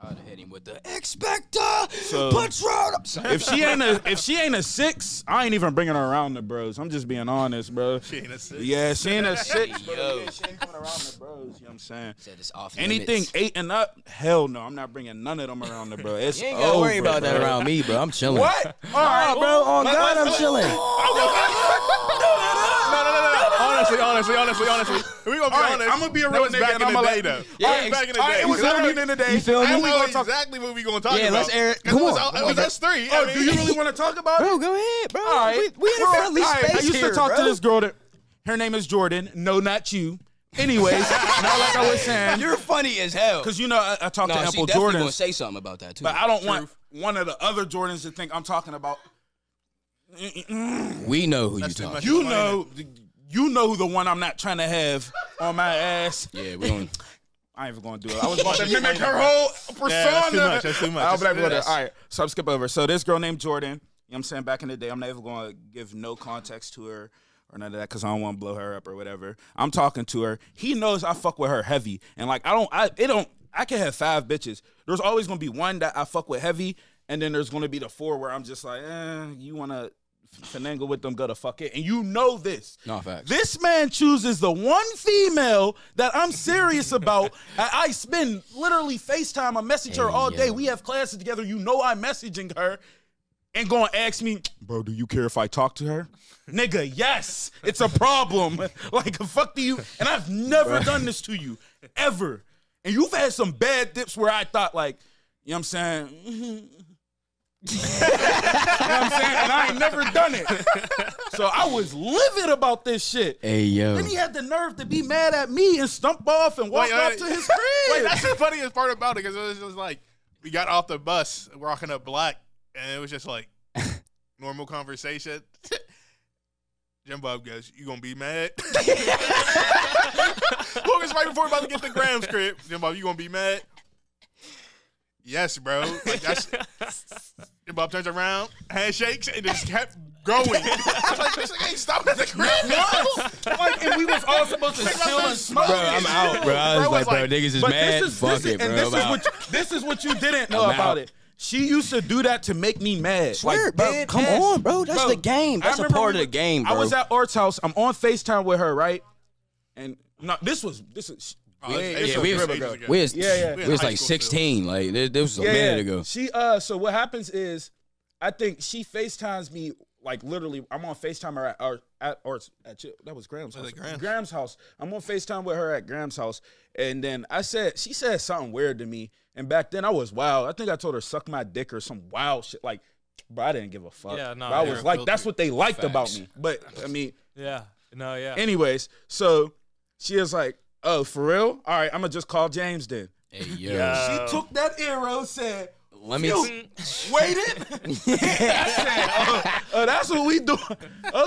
Speaker 1: I
Speaker 3: I'd have hit him with the Expector
Speaker 1: So-
Speaker 3: Patronum.
Speaker 1: If she ain't a if she ain't a six, I ain't even bringing her around the bros. I'm just being honest, bro.
Speaker 4: She ain't a six.
Speaker 1: Yeah, she ain't a six. bro.
Speaker 3: Yo.
Speaker 1: Yeah, she ain't coming around the bros. You know what I'm saying?
Speaker 3: Said it's off
Speaker 1: Anything
Speaker 3: limits.
Speaker 1: eight and up, hell no. I'm not bringing none of them around the bro. It's
Speaker 3: You ain't gotta worry
Speaker 1: over,
Speaker 3: about that
Speaker 1: bro.
Speaker 3: around me, bro. I'm chilling.
Speaker 1: What? All right, bro. On God, I'm chilling.
Speaker 4: No, no, no, no. Honestly, honestly, honestly, honestly. If We gonna be
Speaker 1: All right,
Speaker 4: honest.
Speaker 1: I'ma be a
Speaker 4: that
Speaker 1: real
Speaker 4: was
Speaker 1: nigga
Speaker 4: back
Speaker 1: and
Speaker 4: in the
Speaker 1: I'ma
Speaker 4: day,
Speaker 1: let-
Speaker 4: though.
Speaker 3: Yeah,
Speaker 4: That was back in the
Speaker 1: All right,
Speaker 4: day.
Speaker 1: it was
Speaker 4: Because I
Speaker 1: literally the end of the day.
Speaker 3: You feel
Speaker 4: I
Speaker 3: me?
Speaker 1: And we
Speaker 4: know
Speaker 1: gonna talk.
Speaker 4: exactly what we gonna talk
Speaker 3: Yeah,
Speaker 4: about.
Speaker 3: let's air it.
Speaker 4: 'Cause
Speaker 3: Come
Speaker 4: was,
Speaker 3: on.
Speaker 4: It was us three. I
Speaker 1: Oh,
Speaker 4: mean-
Speaker 1: do you really want to talk about it?
Speaker 3: Bro, go ahead, bro.
Speaker 1: All right.
Speaker 3: We, we in a
Speaker 1: Bro,
Speaker 3: friendly
Speaker 1: all right,
Speaker 3: space
Speaker 1: I used
Speaker 3: here,
Speaker 1: to talk
Speaker 3: bro.
Speaker 1: to this girl that her name is Jordan. No, not you. Anyways, not like I was saying.
Speaker 3: You're funny as hell.
Speaker 1: Because, you know, I, I talked
Speaker 3: no,
Speaker 1: to
Speaker 3: she
Speaker 1: Ample
Speaker 3: definitely
Speaker 1: Jordan.
Speaker 3: gonna say something about that too.
Speaker 1: But I don't want one of the other Jordans to think I'm talking about.
Speaker 3: we know who you
Speaker 4: That's too
Speaker 3: talking. about.
Speaker 4: much.
Speaker 1: You
Speaker 4: Explain
Speaker 1: know, you know the one I'm not trying to have on my ass.
Speaker 3: Yeah, we don't.
Speaker 1: I ain't even gonna do it. I was about to
Speaker 4: Explain
Speaker 1: mimic
Speaker 4: that.
Speaker 1: her whole persona.
Speaker 4: Yeah, [laughs] that's too much. That's too much.
Speaker 1: I'll be like,
Speaker 4: That's-
Speaker 1: brother. All right, so I'm skip over. So this girl named Jordan. You know what I'm saying back in the day, I'm never going to give no context to her or none of that because I don't want to blow her up or whatever. I'm talking to her. He knows I fuck with her heavy, and like I don't, I it don't. I can have five bitches. There's always gonna be one that I fuck with heavy, and then there's gonna be the four where I'm just like, eh, you wanna finagle with them, go to fuck it, and you know this.
Speaker 3: No, facts.
Speaker 1: This man chooses the one female that I'm serious about. I, I spend literally FaceTime. I message her all day.
Speaker 3: Yeah.
Speaker 1: We have classes together. You know I'm messaging her and going to ask me, bro, do you care if I talk to her? Nigga, yes. It's a problem. [laughs] like, fuck do you? And I've never done this to you, ever. And you've had some bad dips where I thought, like, you know what I'm saying? [laughs] you know what I'm saying? And I ain't never done it. So I was livid about this shit.
Speaker 3: Hey yo.
Speaker 1: Then he had the nerve to be mad at me and stump off and walk
Speaker 4: Wait,
Speaker 1: off
Speaker 4: wait.
Speaker 1: to his crib.
Speaker 4: Wait, that's the funniest part about it because it was just like we got off the bus walking up black, and it was just [laughs] like normal conversation. [laughs] Jim Bob goes, "You gonna be mad?" [laughs] Lucas right before we're about to get the gram script. Jim Bob, you gonna be mad? Yes, bro. Like [laughs] that's. Jim Bob turns around, handshakes, and just kept [laughs] going. I was like, this nigga ain't stopping at the crib.
Speaker 1: What? like, and we was all supposed to chill and smoke.
Speaker 3: Bro, I'm out, bro. I was,
Speaker 4: Bro
Speaker 3: like,
Speaker 4: was
Speaker 3: bro,
Speaker 4: like,
Speaker 3: niggas is
Speaker 1: But this
Speaker 3: mad.
Speaker 1: is
Speaker 3: Fuck
Speaker 1: this is-
Speaker 3: it, bro.
Speaker 1: and this
Speaker 3: I'm
Speaker 1: is
Speaker 3: out.
Speaker 1: what you, this is what you didn't know
Speaker 3: I'm
Speaker 1: about
Speaker 3: out.
Speaker 1: it. She used to do that to make me mad.
Speaker 3: Swear,
Speaker 1: Like,
Speaker 3: bro, come
Speaker 1: ass-
Speaker 3: on, bro. That's the game.
Speaker 1: I
Speaker 3: That's a
Speaker 1: remember
Speaker 3: part
Speaker 1: we
Speaker 3: of the
Speaker 1: were-
Speaker 3: game,
Speaker 1: I was
Speaker 3: bro.
Speaker 1: at Ort's house. I'm on Facetime with her, right? And no, this was this is
Speaker 4: Oh,
Speaker 1: way- this
Speaker 4: it's ages
Speaker 3: yeah, we was,
Speaker 1: forever ago.
Speaker 4: ago.
Speaker 3: we was,
Speaker 1: Yeah, yeah.
Speaker 3: we was
Speaker 4: High
Speaker 3: like
Speaker 4: school still.
Speaker 3: 16. Like, this, this was a minute ago.
Speaker 1: She uh so what happens is I think she FaceTimes me like literally I'm on FaceTime her at or at or at Ch- that was Graham's house.
Speaker 4: it Graham's?
Speaker 1: house. I'm on FaceTime with her at Graham's house. And then I said she said something weird to me. And back then I was wild. I think I told her suck my dick or some wild shit. Like but I didn't give a fuck.
Speaker 2: Yeah, no,
Speaker 1: But I
Speaker 2: you're
Speaker 1: was like, that's what they liked about
Speaker 3: Facts.
Speaker 1: me. But I mean,
Speaker 2: Yeah. No. Yeah.
Speaker 1: anyways, so she is like, oh, for real? All right, I'm gonna just call James then.
Speaker 3: Hey, yo.
Speaker 2: Yeah.
Speaker 1: She took that arrow, said,
Speaker 3: Let me.
Speaker 1: Yo. waited. I said, [laughs] oh, oh, that's what we do.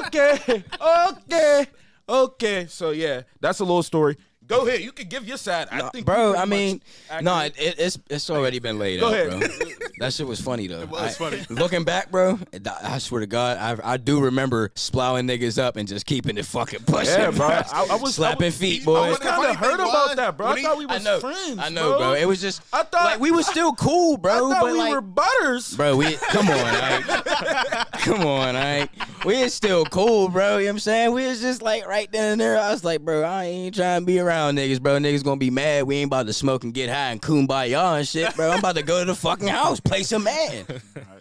Speaker 1: Okay, okay, okay. So yeah, that's a little story. Go ahead. You can give your side. I think, you
Speaker 3: Bro,
Speaker 1: pretty
Speaker 3: I mean,
Speaker 1: much
Speaker 3: no, it,
Speaker 1: accurate.
Speaker 3: it, it's it's already been laid
Speaker 1: Go
Speaker 3: out,
Speaker 1: ahead.
Speaker 3: bro. That shit was
Speaker 1: [laughs]
Speaker 3: funny though. It
Speaker 4: was funny.
Speaker 3: Looking back, bro, I I swear to God, I I do remember splowing niggas up and just keeping it fucking pushing.
Speaker 1: Yeah, bro.
Speaker 3: bro.
Speaker 1: I- I was- I
Speaker 3: slapping
Speaker 1: was-
Speaker 3: feet,
Speaker 1: I
Speaker 3: boy.
Speaker 1: was
Speaker 4: What the
Speaker 1: kind
Speaker 4: funny
Speaker 1: of
Speaker 4: thing
Speaker 1: hurt about
Speaker 4: was,
Speaker 1: that, bro. I
Speaker 4: when he-
Speaker 1: thought we
Speaker 3: I
Speaker 1: was
Speaker 3: know,
Speaker 1: friends.
Speaker 3: I know, bro. It was just
Speaker 1: I thought-
Speaker 3: like we were still cool, bro.
Speaker 1: I thought
Speaker 3: but
Speaker 1: we
Speaker 3: like,
Speaker 1: were butters.
Speaker 3: Bro, we come on, right? come on, right? We is still cool, bro. You know what I'm saying? We was just like right then and there. I was like, bro, I ain't trying to be around niggas, bro. Niggas gonna be mad. We ain't about to smoke and get high and kumbaya and shit, bro. I'm about to go to the fucking house, play some man.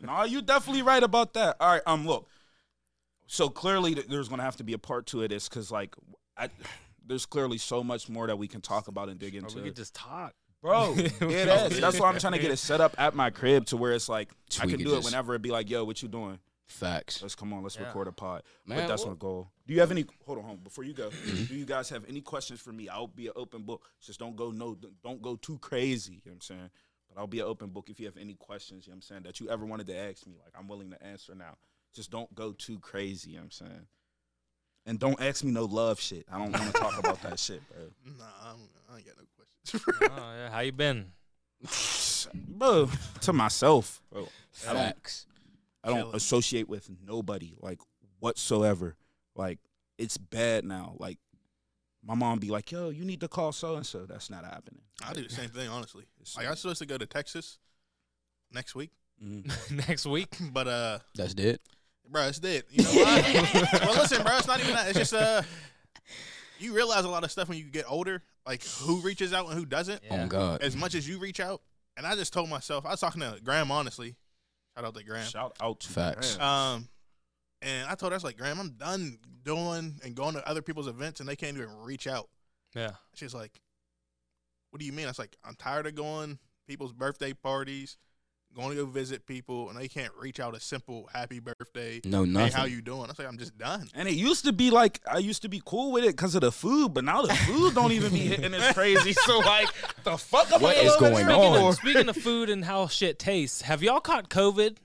Speaker 1: No, you definitely right about that. All right, um, look. So clearly, th- there's gonna have to be a part two of this because, like, I, there's clearly so much more that we can talk about and dig
Speaker 3: Oh,
Speaker 2: Or
Speaker 1: into.
Speaker 2: we could just talk. [laughs]
Speaker 1: Bro, it is. That's why I'm trying to get it set up at my crib to where it's like I
Speaker 3: We
Speaker 1: can
Speaker 3: could
Speaker 1: do it
Speaker 3: just-
Speaker 1: whenever it be like, yo, what you doing?
Speaker 3: Facts.
Speaker 1: Let's come on, let's
Speaker 2: Yeah.
Speaker 1: record a pod. but
Speaker 3: Man,
Speaker 1: that's
Speaker 3: what-
Speaker 1: my goal. Do you have any hold on, hold on before you go, do you guys have any questions for me? I'll be an open book. Just don't go no don't go too crazy, you know what I'm saying? But I'll be an open book if you have any questions, you know what I'm saying, that you ever wanted to ask me. Like I'm willing to answer now. Just don't go too crazy, you know what I'm saying? And don't ask me no love shit. I don't want to talk about that shit, bro.
Speaker 4: Nah, I'm, I ain't got no questions. [laughs]
Speaker 2: Oh yeah. How you been? [laughs]
Speaker 1: Bro, to myself, bro. I don't
Speaker 3: Facts.
Speaker 1: I don't
Speaker 4: Chilling.
Speaker 1: associate with nobody like whatsoever. Like it's bad now. Like my mom be like, "Yo, you need to call so and so." That's not happening.
Speaker 4: I do the same thing, honestly.
Speaker 1: It's-
Speaker 4: Like I'm supposed to go to Texas next week, [clears throat]
Speaker 1: Mhm.
Speaker 2: Next week.
Speaker 4: but uh,
Speaker 3: That's dead.
Speaker 4: bro, it's dead. You know
Speaker 1: [laughs]
Speaker 4: why? well, listen, bro, it's not even that. It's just uh, you realize a lot of stuff when you get older, like who reaches out and who doesn't.
Speaker 3: Oh God.
Speaker 4: As much as you reach out, and I just told myself, I was talking to Graham honestly. Shout out to Graham.
Speaker 1: Shout out to
Speaker 3: Facts.
Speaker 1: Graham.
Speaker 4: Um, and I told her, I was like, Graham, I'm done doing and going to other people's events, and they can't even reach out.
Speaker 2: Yeah.
Speaker 4: She's like, "What do you mean?" I was like, "I'm tired of going people's birthday parties, going to go visit people, and they can't reach out a simple happy birthday.
Speaker 3: No
Speaker 4: Hey,
Speaker 3: nothing.
Speaker 4: how you doing?" I was like, "I'm just done."
Speaker 1: And it used to be like I used to be cool with it because of the food, but now the food don't even be hitting
Speaker 2: [laughs]
Speaker 1: as crazy. So like, the fuck am
Speaker 3: What
Speaker 1: I
Speaker 3: is
Speaker 1: over here
Speaker 3: going
Speaker 2: Speaking
Speaker 3: on?
Speaker 1: for?
Speaker 2: of, speaking of food and how shit tastes, have y'all caught COVID?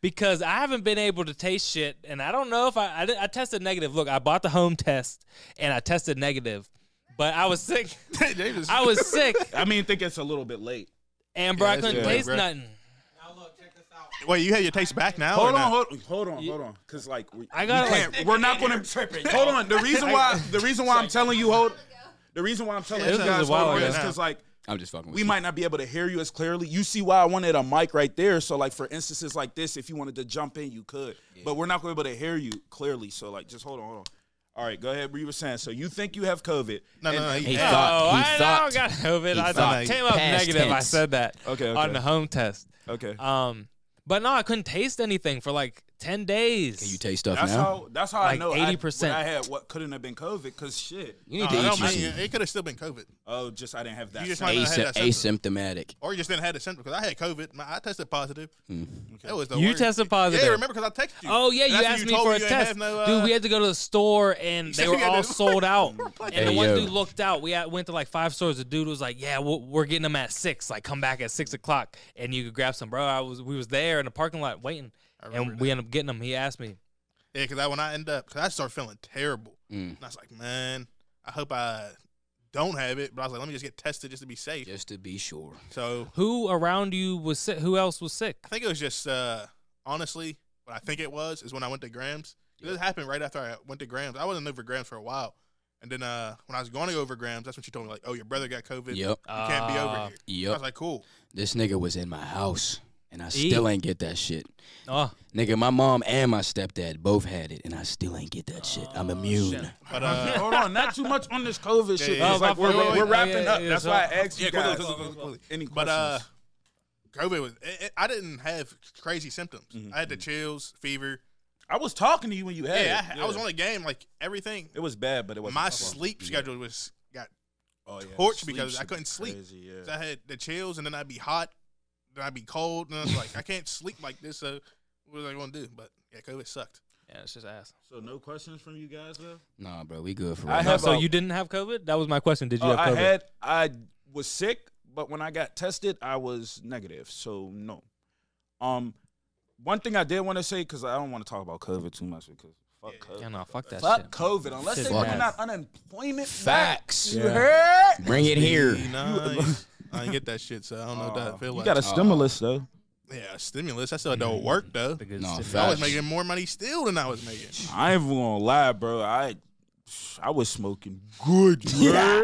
Speaker 2: Because I haven't been able to taste shit, and I don't know if I I, did- I tested negative. Look, I bought the home test, and I tested negative, but I was [laughs] sick.
Speaker 4: Davis,
Speaker 2: I was [laughs] sick,
Speaker 1: I mean, think it's a little bit late.
Speaker 2: and bro,
Speaker 4: Yeah,
Speaker 2: I
Speaker 4: that's
Speaker 2: couldn't
Speaker 4: good.
Speaker 2: taste
Speaker 4: Right.
Speaker 2: nothing.
Speaker 4: wait, you had your taste back now?
Speaker 1: Hold
Speaker 4: or
Speaker 1: on,
Speaker 4: not?
Speaker 1: hold, hold on, hold on, because like we,
Speaker 2: Oh, I
Speaker 1: we
Speaker 2: got it, like-
Speaker 1: can't- we're not
Speaker 2: [laughs]
Speaker 1: gonna hold on. The reason why the reason why I'm telling you hold the reason why I'm telling
Speaker 2: Yeah,
Speaker 1: you
Speaker 2: this is
Speaker 1: guys
Speaker 2: a while
Speaker 1: hold on
Speaker 2: ago
Speaker 1: is
Speaker 4: now.
Speaker 1: because like
Speaker 3: I'm just fucking with
Speaker 1: we
Speaker 3: you.
Speaker 1: might not be able to hear you as clearly. You see why I wanted a mic right there. So like for instances like this, if you wanted to jump in, you could. But we're not going to be able to hear you clearly. So like just hold on, hold on. All right, go ahead. What you were saying. So you think you have COVID?
Speaker 4: No, no,
Speaker 1: And-
Speaker 4: no.
Speaker 3: He
Speaker 4: He,
Speaker 2: Oh,
Speaker 3: thought.
Speaker 2: I,
Speaker 3: He
Speaker 2: I
Speaker 3: thought.
Speaker 2: don't got COVID. I
Speaker 3: thought.
Speaker 2: came up
Speaker 3: Past
Speaker 2: negative. I
Speaker 3: tense.
Speaker 2: said that
Speaker 1: Okay,
Speaker 2: on
Speaker 1: okay.
Speaker 2: the home test.
Speaker 1: Okay.
Speaker 2: Um, but no, I couldn't taste anything for like ten days.
Speaker 3: Can you taste stuff
Speaker 1: That's
Speaker 3: now?
Speaker 1: how. That's how I
Speaker 2: Like
Speaker 1: know. I-
Speaker 2: 80%.
Speaker 1: when I had what couldn't have been COVID because shit.
Speaker 3: You need
Speaker 4: no,
Speaker 3: to
Speaker 4: no,
Speaker 3: eat your
Speaker 4: man,
Speaker 3: shit.
Speaker 4: it could have still been COVID,
Speaker 1: Oh, just I didn't have that.
Speaker 4: You just
Speaker 1: symptom.
Speaker 4: might not-
Speaker 3: Asy-
Speaker 4: had that
Speaker 3: asymptomatic.
Speaker 4: or you just didn't have the symptom because I had COVID. My, I tested positive.
Speaker 3: Hmm.
Speaker 4: That was the
Speaker 2: You
Speaker 4: worst.
Speaker 2: tested positive.
Speaker 4: Yeah, remember because I texted you.
Speaker 2: Oh yeah,
Speaker 4: And
Speaker 2: you
Speaker 4: that's when
Speaker 2: asked me
Speaker 4: told
Speaker 2: for a
Speaker 4: you ain't have
Speaker 2: test,
Speaker 4: no, uh,
Speaker 2: dude. We had to go to the store,
Speaker 4: [laughs]
Speaker 2: and
Speaker 4: said
Speaker 2: they
Speaker 4: we
Speaker 2: were
Speaker 4: had
Speaker 2: all
Speaker 4: to-
Speaker 2: sold
Speaker 4: [laughs]
Speaker 2: out. and the
Speaker 3: Hey,
Speaker 2: one
Speaker 3: yo.
Speaker 2: dude looked out. We had, went to like five stores. The dude was like, "Yeah, we're, we're getting them at six. Like, come back at six o'clock, and you could grab some, bro." I was we was there in the parking lot waiting, and we ended up getting them. He asked me,
Speaker 4: Yeah, because I when I end up, because I start feeling terrible,
Speaker 3: Mm.
Speaker 4: and I was like, man, I hope I don't have it. But I was like, let me just get tested just to be safe.
Speaker 3: Just to be sure.
Speaker 4: So
Speaker 2: "Who around you was sick? Who else was sick?"
Speaker 4: I think it was just uh, honestly what I think it was is when I went to Grams. This happened right after I went to Grams. I wasn't over Grams for a while, and then uh, when I was going to go over Grams, that's when she told me like, oh, your brother got COVID.
Speaker 3: Yep.
Speaker 4: You can't be over
Speaker 2: Ah.
Speaker 4: here. I
Speaker 3: Yep.
Speaker 4: was like, [laughs] cool.
Speaker 3: This nigga was in my house and I still ain't get that shit.
Speaker 2: Oh,
Speaker 3: Nigga, my mom and my stepdad both had it and I still ain't get that Oh, shit. I'm immune.
Speaker 4: But
Speaker 1: [laughs]
Speaker 4: uh,
Speaker 1: Hold on, not too much on this COVID shit.
Speaker 4: yeah,
Speaker 1: It's
Speaker 4: yeah.
Speaker 1: like we're,
Speaker 4: Oh, my
Speaker 1: we're,
Speaker 4: fault.
Speaker 1: we're
Speaker 4: Oh,
Speaker 1: wrapping
Speaker 2: yeah,
Speaker 1: up.
Speaker 2: yeah,
Speaker 1: That's
Speaker 2: so-
Speaker 1: why I asked you
Speaker 4: Yeah,
Speaker 1: guys.
Speaker 4: quickly, quickly, quickly, quickly.
Speaker 1: Any
Speaker 4: but uh,
Speaker 1: questions?
Speaker 4: COVID was. It, it, I didn't have crazy symptoms. I had the chills, fever.
Speaker 1: I was talking to you when you had
Speaker 4: yeah,
Speaker 1: it.
Speaker 4: I, I was on the game like everything.
Speaker 1: It was bad, but it wasn't
Speaker 4: my
Speaker 1: fault.
Speaker 4: sleep schedule was got
Speaker 1: Oh, yeah.
Speaker 4: torch
Speaker 1: Sleep
Speaker 4: because
Speaker 1: should
Speaker 4: I
Speaker 1: be
Speaker 4: couldn't sleep.
Speaker 1: crazy, yeah.
Speaker 4: 'cause I had the chills and then I'd be hot, then I'd be cold, and I was like, I can't sleep like this. So what was I gonna do? But yeah, COVID sucked.
Speaker 2: yeah, it's just ass.
Speaker 1: So no questions from you guys though.
Speaker 3: Nah, bro, we good for
Speaker 1: I
Speaker 3: right
Speaker 1: have-
Speaker 2: so
Speaker 3: now.
Speaker 1: a-
Speaker 2: you didn't have COVID? That was my question. Did you
Speaker 1: Oh,
Speaker 2: have
Speaker 1: I
Speaker 2: COVID?
Speaker 1: had I was sick, but when I got tested, I was negative. So no. Um, one thing I did want to say because I don't want to talk about COVID too much because fuck
Speaker 2: yeah,
Speaker 1: COVID.
Speaker 2: no, fuck that
Speaker 1: Fuck
Speaker 2: shit.
Speaker 1: COVID. Unless
Speaker 2: Shit
Speaker 1: they bring
Speaker 2: ass.
Speaker 1: out unemployment
Speaker 3: Facts.
Speaker 1: back. You heard?
Speaker 3: Bring it here.
Speaker 4: Nice. I didn't get that shit, so I don't know what that feel
Speaker 1: You
Speaker 4: like.
Speaker 1: got a
Speaker 3: Aw.
Speaker 1: stimulus though.
Speaker 4: Oh. yeah, stimulus. That still don't work though.
Speaker 2: The good
Speaker 3: No,
Speaker 2: shit.
Speaker 3: fact.
Speaker 4: I was
Speaker 3: Facts.
Speaker 4: making more money still than I was making.
Speaker 1: I ain't even gonna lie, bro. I I was smoking good. Yeah.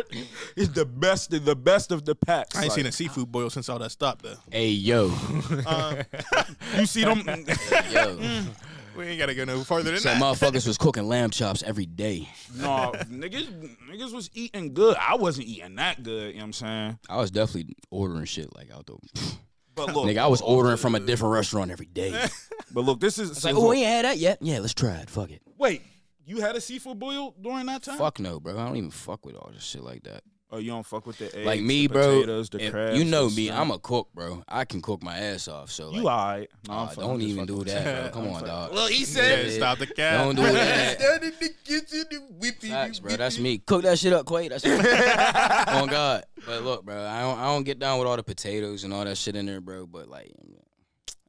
Speaker 1: It's the best of the best of the packs.
Speaker 4: I ain't
Speaker 1: Like,
Speaker 4: seen a seafood boil since all that stopped though.
Speaker 3: Hey [laughs] yo.
Speaker 4: Uh,
Speaker 1: You see them? [laughs]
Speaker 3: yo.
Speaker 4: we ain't gotta go no farther than
Speaker 3: So
Speaker 4: that.
Speaker 3: motherfuckers was cooking lamb chops every day.
Speaker 1: No, niggas, niggas was eating good. I wasn't eating that good. You know what I'm saying?
Speaker 3: I was definitely ordering shit like out the
Speaker 1: But look,
Speaker 3: Nigga, I was ordering from a different restaurant every [laughs] day. It's
Speaker 1: but look, this is
Speaker 3: like,
Speaker 1: so-
Speaker 3: oh, we ain't had that yet. Yeah, let's try it. Fuck it.
Speaker 1: wait. You had a seafood boil during that time?
Speaker 3: Fuck no, bro. I don't even fuck with all this shit like that.
Speaker 1: Oh, you don't fuck with the eggs,
Speaker 3: like me,
Speaker 1: the
Speaker 3: bro.
Speaker 1: Potatoes, the
Speaker 3: if-
Speaker 1: crabs.
Speaker 3: you know me. I'm a cook, bro. I can cook my ass off. So like,
Speaker 1: You alright? No, I'm
Speaker 3: nah,
Speaker 1: fucking-
Speaker 3: don't
Speaker 1: I'm just
Speaker 3: even
Speaker 1: fucking
Speaker 3: do
Speaker 1: with you. [laughs]
Speaker 3: that, bro. Come
Speaker 1: I'm
Speaker 3: on,
Speaker 1: fucking-
Speaker 3: dog.
Speaker 4: Well, he
Speaker 3: said-
Speaker 4: stop the cat.
Speaker 3: Don't do
Speaker 4: [laughs]
Speaker 3: that.
Speaker 4: Down in the kitchen,
Speaker 3: [laughs]
Speaker 4: whippy,
Speaker 3: Facts, bro.
Speaker 4: whippy.
Speaker 3: That's
Speaker 4: [laughs]
Speaker 3: me. Cook that shit up, Quay. That's on God. But look, bro. I don't. I don't get down with all the potatoes and all that shit in there, bro. But like,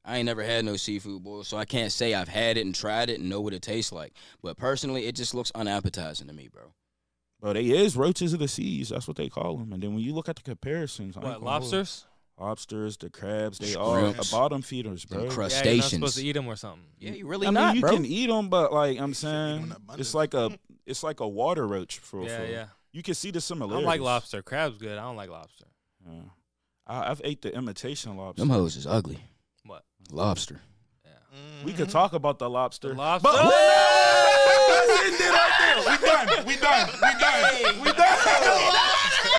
Speaker 3: I ain't never had no seafood boil, so I can't say I've had it and tried it and know what it tastes like. But personally, it just looks unappetizing to me, bro.
Speaker 1: Bro, they is roaches of the seas. That's what they call them. And then when you look at the comparisons, I ain't gonna
Speaker 2: What
Speaker 1: hold you.
Speaker 2: lobsters?
Speaker 1: lobsters, the crabs, they are
Speaker 3: Shrimps.
Speaker 1: bottom feeders, bro.
Speaker 3: Them
Speaker 2: Yeah, you're not supposed
Speaker 3: crustaceans.
Speaker 2: to eat them or something.
Speaker 3: Yeah, you really
Speaker 1: I mean,
Speaker 3: not,
Speaker 1: you
Speaker 3: bro.
Speaker 1: can eat them, but like I'm
Speaker 4: should eat 'em in
Speaker 1: saying,
Speaker 4: abundance.
Speaker 1: it's like a it's like a water roach for
Speaker 2: Yeah,
Speaker 1: for-
Speaker 2: yeah.
Speaker 1: you can see the
Speaker 2: I
Speaker 1: similarities.
Speaker 2: don't like lobster. Crab's good. I don't like lobster.
Speaker 1: Yeah. I, I've ate the imitation lobster.
Speaker 3: Them hoes is ugly.
Speaker 2: What?
Speaker 3: Lobster.
Speaker 2: Yeah.
Speaker 1: We could talk about the lobster.
Speaker 2: The lobster.
Speaker 1: Let's end it right there. We done. We done. We done. We done.